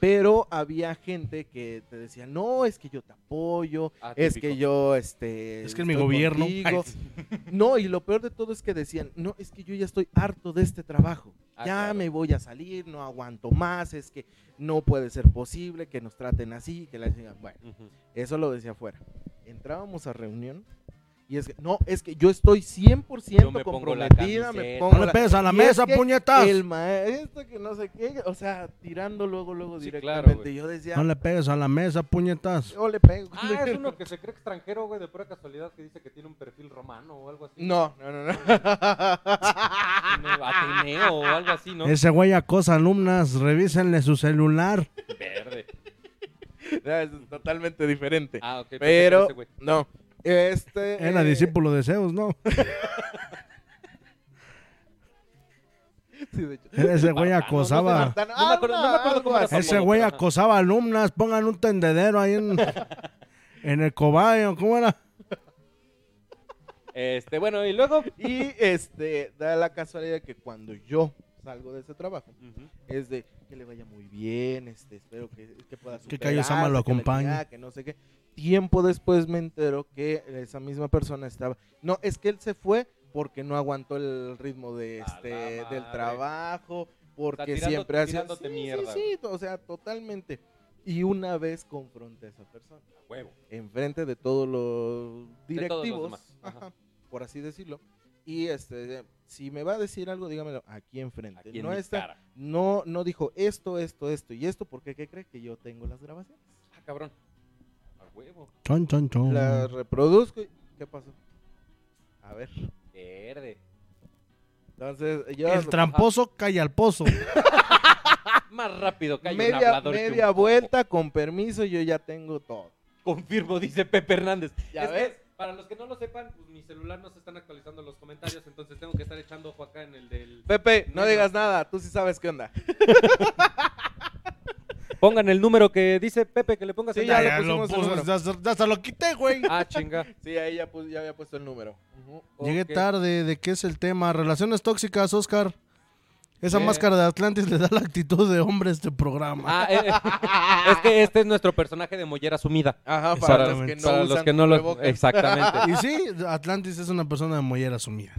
C: Pero había gente que te decía, no, es que yo te apoyo,
A: Ah,
C: es
A: típico.
C: que yo, este...
D: Es que en mi
C: estoy
D: gobierno-
A: (laughs)
C: contigo". No, y lo peor de todo es que decían, no, es que yo ya estoy harto de este trabajo.
A: Ah,
C: ya
A: claro.
C: me voy a salir, no aguanto más, es que no puede ser posible que nos traten así, que la digan, bueno, (laughs)
A: Ujú.
C: eso lo decía afuera. Entrábamos a reunión y es que, no, es que yo estoy 100%
A: Yo me pongo la
C: comprometida, me
A: camiseta.
C: pongo
D: No le
C: la-
D: pegues a la
C: Y
D: mesa,
C: es que
D: puñetas.
C: El maestro que no sé qué, o sea, tirando luego, luego
A: Sí, claro,
C: directamente.
A: güey.
C: yo decía,
D: No le pegues a la mesa, puñetas.
C: yo le pego.
A: Ah, es uno que se cree extranjero, güey, de pura casualidad, que dice que tiene un perfil romano o algo así.
C: (laughs) No, no, no, (laughs) no.
A: (laughs) Tiene Ateneo o algo así, ¿no?
D: Ese güey acosa alumnas, revísenle su celular.
A: verde.
C: No, es totalmente diferente.
A: Ah, ok. pensé que era
C: Pero,
A: ese güey.
C: no. Este.
D: Era
C: eh,
D: discípulo de
C: (laughs)
D: Zeus, ¿no? (laughs)
C: sí, de hecho. Ah,
D: Ese güey
A: Barbano,
D: acosaba.
C: No,
A: No me acuerdo- no me acuerdo cómo era
C: algo así.
D: Ese güey acosaba alumnas, pongan un tendedero
C: (laughs)
D: ahí en, en el cobayo, ¿cómo era?
A: Este, bueno, y luego.
C: Y este, da la casualidad que cuando yo salgo de ese trabajo, es de que le vaya muy bien, este, espero que, que pueda
D: Que
C: superarse,
D: Cayo Sama lo
C: que la
D: acompañe.
C: chingada, Que no sé qué. Tiempo después me entero que esa misma persona estaba. No, es que él se fue porque no aguantó el ritmo de
A: A la
C: este del
A: madre.
C: trabajo, porque
A: tirando-
C: siempre hacía.
A: tirándote
C: Sí,
A: mierda,
C: sí, sí, o sea, totalmente. Y una vez confronté a esa persona
A: Huevo.
C: enfrente de todos
A: De
C: los
A: todos los
C: directivos,
A: demás, ajá.
C: ajá, por así decirlo. Y este, si me va a decir algo, dígamelo aquí enfrente.
A: Aquí en
C: no
A: mi
C: está,
A: cara.
C: no, no dijo esto, esto, esto y esto, porque ¿qué cree que yo tengo las grabaciones?
A: Ah, cabrón. A huevo.
D: Chon, chon, chon.
C: Las reproduzco y ¿qué pasó? A ver.
A: Verde.
C: Entonces, yo
D: El tramposo calla al pozo.
A: Más rápido, cae un
C: media,
A: hablador. que un
C: media
A: cojo.
C: vuelta, con permiso, yo ya tengo todo.
A: (laughs) Confirmo, dice Pepe Hernández.
C: ¿Ya
A: Es que,
C: ves?
A: para los que no lo sepan, pues mi celular no se están actualizando los comentarios, entonces tengo que estar echando ojo acá en el del.
C: Pepe, no
A: Mira.
C: digas nada, tú sí sabes qué onda.
A: Pongan el número que dice Pepe que le pongas
C: Sí,
A: el
C: ya
D: Ya
C: le
D: lo
C: pusimos el
D: puso,
C: número.
D: ya se- ya hasta lo quité, güey.
A: Ah, chinga.
C: Sí, ahí ya, pus- ya había puesto el número.
D: Llegué
A: Ok.
D: tarde, ¿de qué es el tema? Relaciones tóxicas, Oscar. Esa
A: Eh.
D: máscara de Atlantis le da la actitud de hombre a este programa.
A: Ah, eh, eh, es que este es nuestro personaje de mollera sumida.
C: Ajá, para los que
D: Exactamente.
C: no,
A: para los
C: usan
A: que no lo.
C: cubrebocas. (laughs)
A: Exactamente.
D: Y sí, Atlantis es una persona (laughs) de mollera sumida.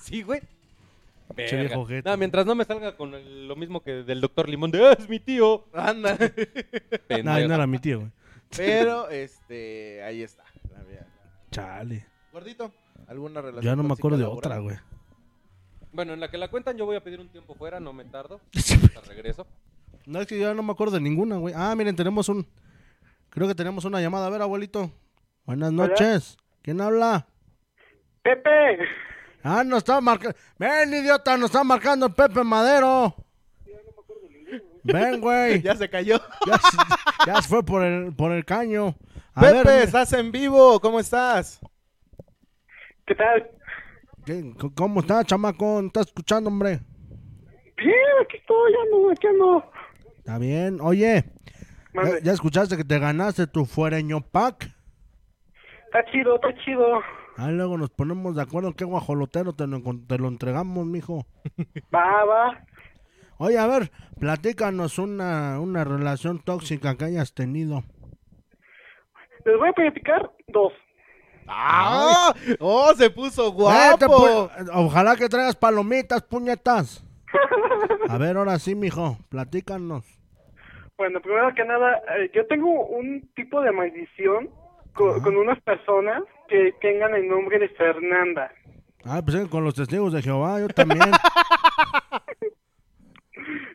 A: sí, güey.
D: Che,
A: Verga.
D: viejo ojete.
A: No, mientras no me salga con el- lo mismo que del doctor Limón de "Ah, es mi tío.
C: Anda.
D: (laughs) No,
A: Pendejo.
D: no era mi tío, güey.
C: Pero, este, ahí está. la mía.
D: Chale.
C: Gordito, ¿alguna relación?
D: Ya no me
C: tóxica
D: acuerdo de
C: laboral?
D: otra, güey. (laughs)
A: Bueno, en la que la cuentan yo voy a pedir un tiempo fuera, no me tardo. Hasta regreso.
D: No, es que yo ya no me acuerdo de ninguna, güey. Ah, miren, tenemos un. Creo que tenemos una llamada. A ver, abuelito. Buenas noches. ¿Quién habla?
G: Pepe,
D: Ah, nos está marcando. Ven, idiota, nos está marcando el Pepe Madero. Ven,
C: (laughs)
D: güey.
C: Ya se cayó.
D: Ya, se- ya se fue por el, por el caño. A
C: Pepe,
D: ver,
C: estás en vivo, ¿cómo estás?
G: ¿qué tal?
D: ¿qué- c- ¿cómo está, chamacón? ¿Estás escuchando, hombre?
G: Bien, aquí estoy, ando, aquí ando.
D: Está bien. Oye,
G: Mande.
D: ¿ya, ya escuchaste que te ganaste tu fuereño pack?
G: Está chido, está chido.
D: Ahí luego nos ponemos de acuerdo en qué guajolotero te lo, encon- te lo entregamos, mijo.
G: Va, va.
D: Oye, a ver, platícanos una, una relación tóxica que hayas tenido.
G: Les voy a platicar dos.
C: ¡Ah! ¡Oh, se puso
D: Vete,
C: guapo!
D: Eh, pu- Ojalá que traigas palomitas, puñetas. A ver, ahora sí, mijo, platícanos.
G: Bueno, primero que nada, eh, yo tengo un tipo de maldición co- con, unas personas que tengan el nombre de Fernanda.
D: Ah, pues eh, con los testigos de Jehová, yo también.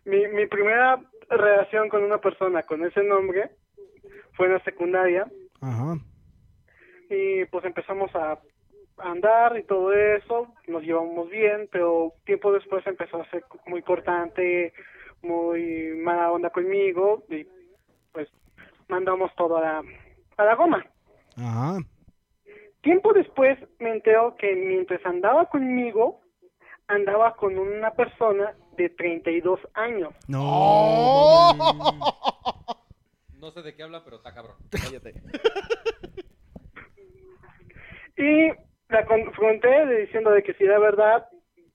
G: Mi, mi primera relación con una persona con ese nombre fue en la secundaria
D: Ajá.
G: y pues empezamos a andar y todo eso, nos llevamos bien, pero tiempo después empezó a ser muy cortante, muy mala onda conmigo y pues mandamos todo a la, a la goma.
D: Ajá.
G: Tiempo después me entero que mientras andaba conmigo, andaba con una persona de 32 años.
D: No.
A: No sé de qué habla, pero está cabrón.
C: Cállate.
G: Y la confronté de- diciendo de que sí era verdad.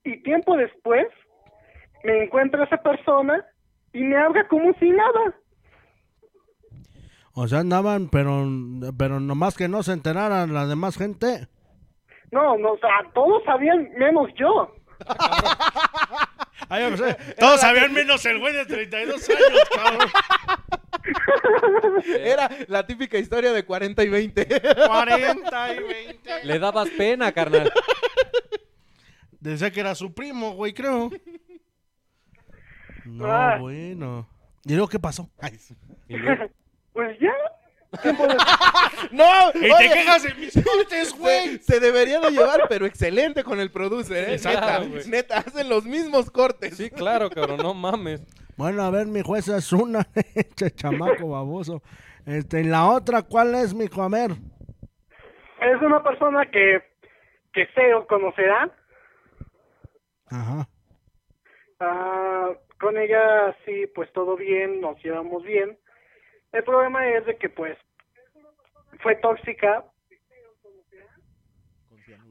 G: Y tiempo después me encuentro a esa persona y me habla como si nada.
D: O sea, andaban, pero, pero nomás que no se enteraran la demás gente.
G: No, no, o sea, todos sabían menos yo.
D: Ay, o sea, (laughs) todos sabían menos el güey de 32 años, cabrón.
C: Era la típica historia de 40 y 20.
B: 40 y 20.
A: Le dabas pena, carnal.
D: Decía que era su primo, güey, creo. No,
G: Ah.
D: bueno. ¿Y luego qué pasó? Ay, sí.
A: Y luego-
G: Pues ya,
C: (laughs) ¡No!
D: ¡Y te
C: oye,
D: quejas de mis cortes, güey!
C: se, se debería de llevar, pero excelente con el producer, ¿eh? Neta,
A: Exacto, güey.
C: neta, hacen los mismos cortes.
A: Sí, claro, cabrón, no mames.
D: Bueno, a ver, mi juez es una, (laughs) che chamaco baboso. Este, y la otra, ¿cuál es, mijo? A ver.
G: es una persona que, que sé o conocerá.
D: Ajá.
G: Ah, con ella sí, pues todo bien, nos llevamos bien. El problema es de que pues fue tóxica.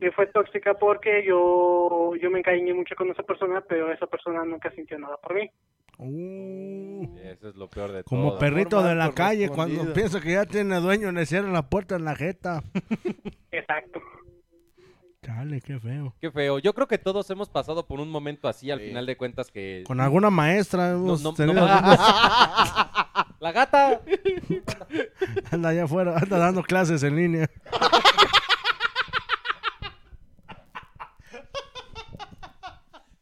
G: Y fue tóxica porque yo, yo me encariñé mucho con esa persona, pero esa persona nunca sintió nada por mí.
D: Uh,
A: Eso es lo peor de todo.
D: como perrito
B: forma
D: de la calle,
B: correspondida.
D: cuando piensa que ya tiene dueño, le cierran la puerta en la jeta.
G: Exacto.
D: Chale, qué feo.
A: Qué feo. Yo creo que todos hemos pasado por un momento así, al final de cuentas, que...
D: Con alguna maestra
A: No,
D: hemos
A: no, no,
D: tenido.
A: (laughs) La gata.
D: (laughs) Anda allá afuera, anda dando clases en línea.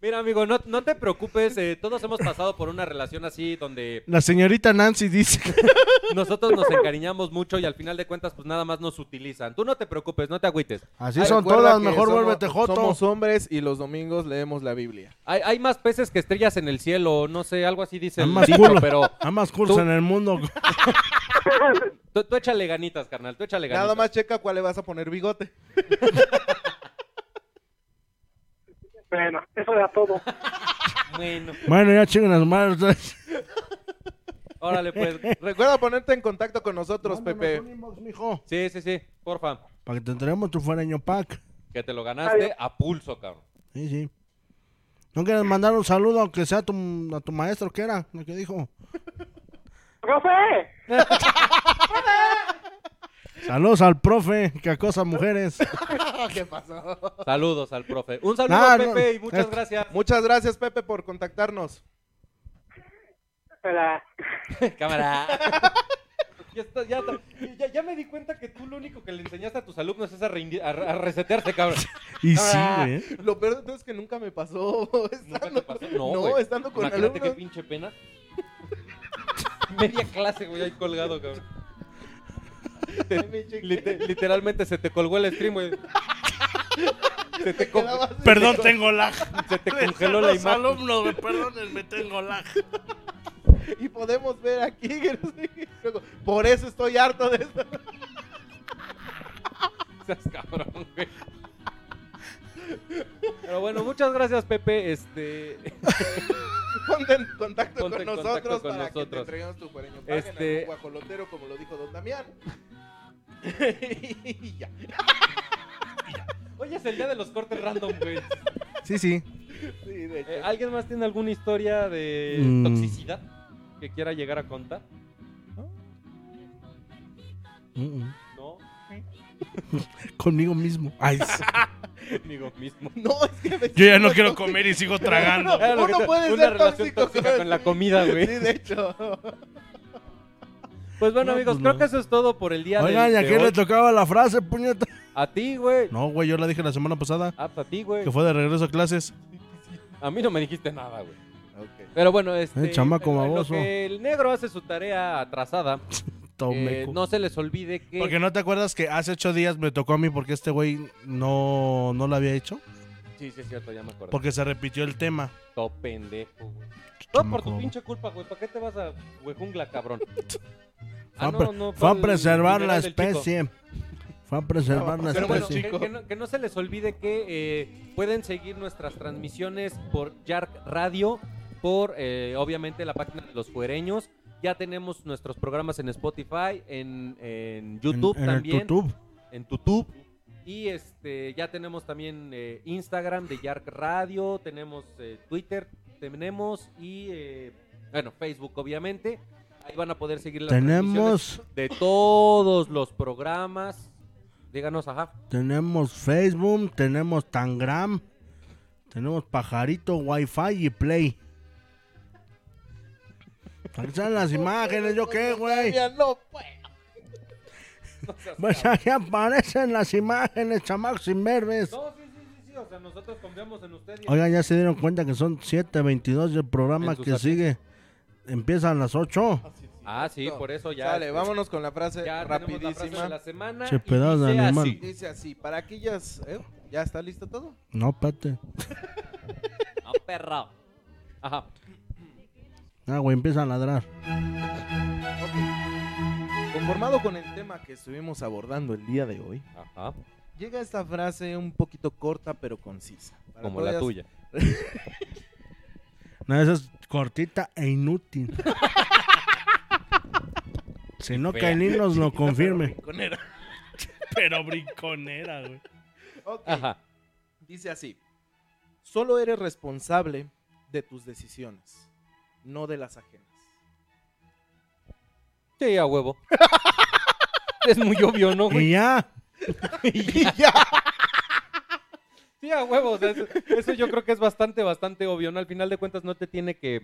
A: Mira, amigo, no, no te preocupes. eh, todos hemos pasado por una relación así donde
D: La señorita Nancy dice que
A: nosotros nos encariñamos mucho y al final de cuentas, pues nada más nos utilizan. Tú no te preocupes, no te agüites.
D: así
C: Ay,
D: son
C: recuerda
D: todas,
C: que
D: mejor
C: somos-
D: vuélvete joto.
C: Somos hombres y los domingos leemos la Biblia.
A: Hay, hay más peces que estrellas en el cielo, no sé, algo así dice
D: Hay
A: el
D: más
A: dicho,
D: culo.
A: pero
D: Hay más cursos
A: Tú-
D: en el mundo.
A: tú, tú échale ganitas, carnal, tú échale ganitas.
C: Nada más checa cuál le vas a poner bigote.
G: Bueno, eso era todo.
A: Bueno,
D: Bueno, ya chingan las madres.
A: órale pues.
C: Recuerda ponerte en contacto con nosotros, Pepe.
A: Sí, sí, sí, porfa.
D: Para que te entreguemos tu fuereño pack.
A: Que te lo ganaste
G: Adiós.
A: a pulso, cabrón.
D: Sí, sí. ¿No quieres mandar un saludo aunque sea a tu, a tu maestro que era? Lo que dijo.
G: ¡Profe!
D: Saludos al profe que acosa mujeres.
A: Saludos al profe. Un saludo,
D: Ah, no,
A: Pepe, y muchas
D: es-
C: (laughs)
A: gracias.
C: Muchas gracias, Pepe, por contactarnos.
G: Para...
C: (laughs)
A: Cámara. Ya, está- ya está- ya- ya me di cuenta que tú lo único que le enseñaste a tus alumnos es a, reindi- a- a resetearse,
C: (laughs)
A: cabrón.
D: Y sí,
A: Ah.
D: güey. ¿eh?
C: Lo peor de todo es que nunca me pasó. (laughs)
A: Nunca te
C: Estando-
A: pasó. No,
C: no,
A: güey.
C: estando con
A: Imagínate qué
C: alumnos.
A: pinche pena. (laughs) Media clase, güey, ahí colgado, cabrón. Te- lite- literalmente se te colgó el stream,
C: (laughs)
A: güey. Se te, co-
D: Perdón, tengo lag.
A: se
C: (laughs)
A: te congeló la
D: Los
A: imagen.
D: alumnos, güey, perdónenme, tengo lag.
C: Y podemos ver aquí. que no sé qué. Luego, Por eso estoy harto de esto. (laughs)
A: Seas cabrón, güey. Pero bueno, muchas gracias, Pepe. Este,
C: Ponte en contacto
A: Ponte en
C: con
A: contacto
C: nosotros
A: con
C: para que te
A: nosotros.
C: entreguemos tu cuareño pack
A: Este-
C: en algún guajolotero, como lo dijo Don Damián. (laughs) y ya.
A: hoy es el día de los cortes random, güey.
D: Sí, sí.
C: Sí, de hecho.
A: Eh, ¿Alguien más tiene alguna historia de
D: Mm.
A: toxicidad que quiera llegar a contar?
D: Mm, mm.
A: No,
D: Conmigo mismo. (laughs) Ay, sí.
A: conmigo mismo.
C: No, es que me
D: Yo ya no quiero comer y sigo tragando.
A: Era lo
C: Uno
A: que te-
C: puede
A: una
C: ser
A: relación
C: tóxico
A: tóxica
C: con-
A: con la comida,
C: Sí,
A: güey.
C: de hecho.
A: Pues bueno,
D: No,
A: amigos,
D: pues
A: creo
D: no.
A: que eso es todo por el día
D: Oigan,
A: de,
D: ¿y a
A: de
D: quién
A: hoy.
D: le tocaba la frase, puñeta?
A: A ti, güey.
D: No, güey, yo la dije la semana pasada,
A: Ah, pues a ti, güey.
D: que fue de regreso a clases.
A: Eh, A mí no me dijiste nada, güey. Pero bueno, este.
D: Eh, chamaco
A: en lo
D: baboso.
A: que el negro hace su tarea atrasada. eh,
D: Tomeco.
A: no se les olvide que.
D: Porque no te acuerdas que hace ocho días me tocó a mí porque este güey no, no lo había hecho.
A: Sí, sí, es cierto, ya me acuerdo.
D: Porque se repitió el tema.
A: Todo pendejo, güey. Todo por tu
D: Chamaco.
A: pinche culpa, güey. ¿Para qué te vas a huejungla, cabrón?
D: (laughs) Fue,
A: Ah,
D: a,
A: no,
D: pre-
A: no,
D: fue a
A: el
D: preservar la
A: funeral del chico.
D: especie. Fue a preservar la
A: Pero bueno,
D: especie.
A: que, que no, que no se les olvide que eh, pueden seguir nuestras transmisiones por Yark Radio, por eh, obviamente la página de los fuereños. Ya tenemos nuestros programas en Spotify, en, en YouTube
D: En- en el
A: también,
D: tutub.
A: en YouTube. Y este ya tenemos también eh, Instagram de Yark Radio, tenemos eh, Twitter, tenemos y eh, Bueno, Facebook, obviamente. Ahí van a poder seguir las transmisiones
D: Tenemos,
A: de todos los programas. Díganos, ajá.
D: tenemos Facebook, tenemos Tangram, tenemos Pajarito, Wi-Fi y Play. Aquí están las imágenes, ¿yo qué, güey?
C: Todavía no, pues.
D: Pues aquí aparecen las imágenes, chamacos sin verdes.
A: No, sí, sí, sí, sí. O sea, nosotros confiamos en ustedes.
D: Oigan, ya se dieron cuenta que son 7.22 y el programa
A: En sus
D: que
A: agendas.
D: sigue empieza a las 8.
A: Ah, sí, por eso ya.
C: Dale, vámonos con la frase
A: Ya tenemos la frase de
C: rapidísima.
A: la semana.
D: Che,
A: y
D: pedazo de
A: dice
D: animal.
A: así.
C: Dice así, para aquellas... ¿eh? ¿Ya está listo todo?
D: No, espérate.
A: No, perra. Ajá.
D: Ah, güey, empieza a ladrar.
C: Conformado con el tema que estuvimos abordando el día de hoy,
A: Ajá.
C: llega esta frase un poquito corta pero concisa. Para
A: Como la
C: todas-
A: tuya.
D: No, esa es cortita
C: (laughs)
D: e inútil. si no,
A: Fea.
D: Kailin nos lo confirme.
C: Conera.
D: Pero brinconera, güey.
C: (laughs) Ok,
A: Ajá.
C: Dice así, solo eres responsable de tus decisiones, no de las
A: (laughs)
C: ajenas.
A: Sí, a
C: (laughs)
A: huevo. es muy obvio, ¿no, güey?
D: Y ya.
C: (laughs)
A: Sí, a huevo. o sea, eso, eso yo creo que es bastante, bastante obvio, ¿no? Al final de cuentas no te tiene que...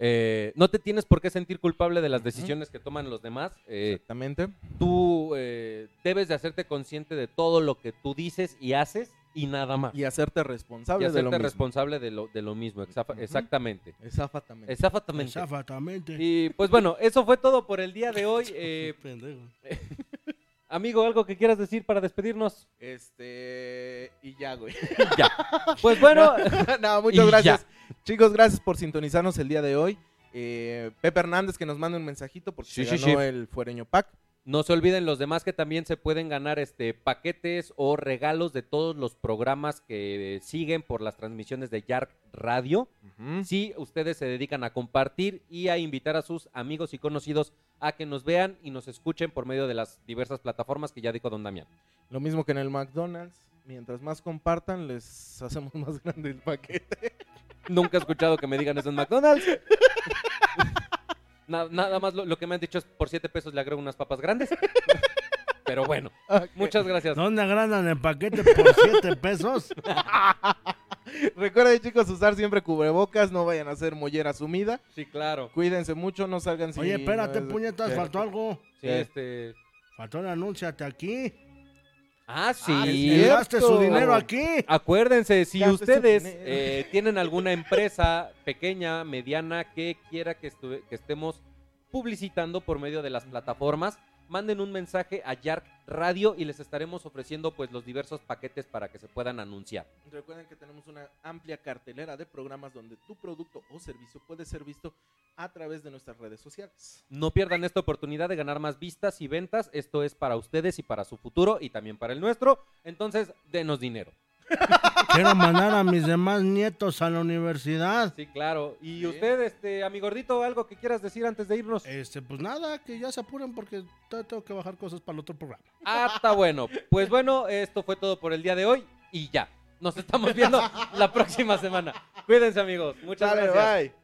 A: eh, no te tienes por qué sentir culpable de las decisiones que toman los demás. Eh,
C: Exactamente.
A: tú eh, debes de hacerte consciente de todo lo que tú dices y haces y nada más. Y,
C: Y hacerte responsable de lo
A: hacerte
C: mismo.
A: responsable de lo, de lo mismo. exacfa-
C: Ujú.
A: Exactamente.
C: Exactamente.
A: Exactamente.
D: Exactamente.
A: Y pues bueno, eso fue todo por el día de hoy. Eh, amigo, ¿algo que quieras decir para despedirnos?
C: Este... Y ya, güey.
A: ya. Pues bueno,
C: (laughs)
A: Y
C: no,
A: ya.
C: muchas gracias. Chicos, gracias por sintonizarnos el día de hoy. Eh, Pepe Hernández que nos manda un mensajito porque
A: Sí,
C: se
A: sí,
C: ganó
A: sí.
C: el Fuereño Pack.
A: no se olviden los demás que también se pueden ganar este paquetes o regalos de todos los programas que eh, siguen por las transmisiones de Yark Radio. Si ustedes se dedican a compartir y a invitar a sus amigos y conocidos a que nos vean y nos escuchen por medio de las diversas plataformas que ya dijo Don Damián.
C: Lo mismo que en el McDonald's. Mientras más compartan, les hacemos (laughs) más grande el paquete.
A: Nunca he escuchado que me digan eso en McDonald's. Na- nada más lo, lo que me han dicho es por 7 pesos le agrego unas papas grandes. (laughs) Pero bueno, muchas gracias.
D: ¿Dónde agrandan el paquete por 7 pesos?
C: Recuerden, chicos, usar siempre cubrebocas. No vayan a hacer mollera sumida.
A: Sí, claro.
C: Cuídense mucho, no salgan sin...
D: Oye, espérate,
C: no es-
D: puñetas,
C: ¿Qué?
D: faltó algo.
A: Sí,
C: ¿Qué?
A: este...
D: Faltó el anúnciate aquí.
A: Ah, sí.
D: Y
C: cierto. Ah.
D: gaste su dinero aquí.
A: Acuérdense, si
C: Gasto
A: ustedes
C: dinero.
A: eh, tienen alguna empresa pequeña, mediana, que quiera que, estu- que estemos publicitando por medio de las plataformas, manden un mensaje a Yark Radio y les estaremos ofreciendo pues los diversos paquetes para que se puedan anunciar.
C: Recuerden que tenemos una amplia cartelera de programas donde tu producto o servicio puede ser visto a través de nuestras redes sociales.
A: No pierdan esta oportunidad de ganar más vistas y ventas. Esto es para ustedes y para su futuro y también para el nuestro. Entonces, denos dinero.
D: Quiero mandar a mis demás nietos a la universidad.
A: Sí, claro. Y
C: Sí.
A: usted, este, amigordito, algo que quieras decir antes de irnos.
D: Este, pues nada, que ya se apuren porque todavía tengo que bajar cosas para el otro programa.
A: Ah, está bueno. Pues bueno, esto fue todo por el día de hoy y ya. Nos estamos viendo la próxima semana. Cuídense, amigos. Muchas
C: Dale,
A: gracias.
C: bye.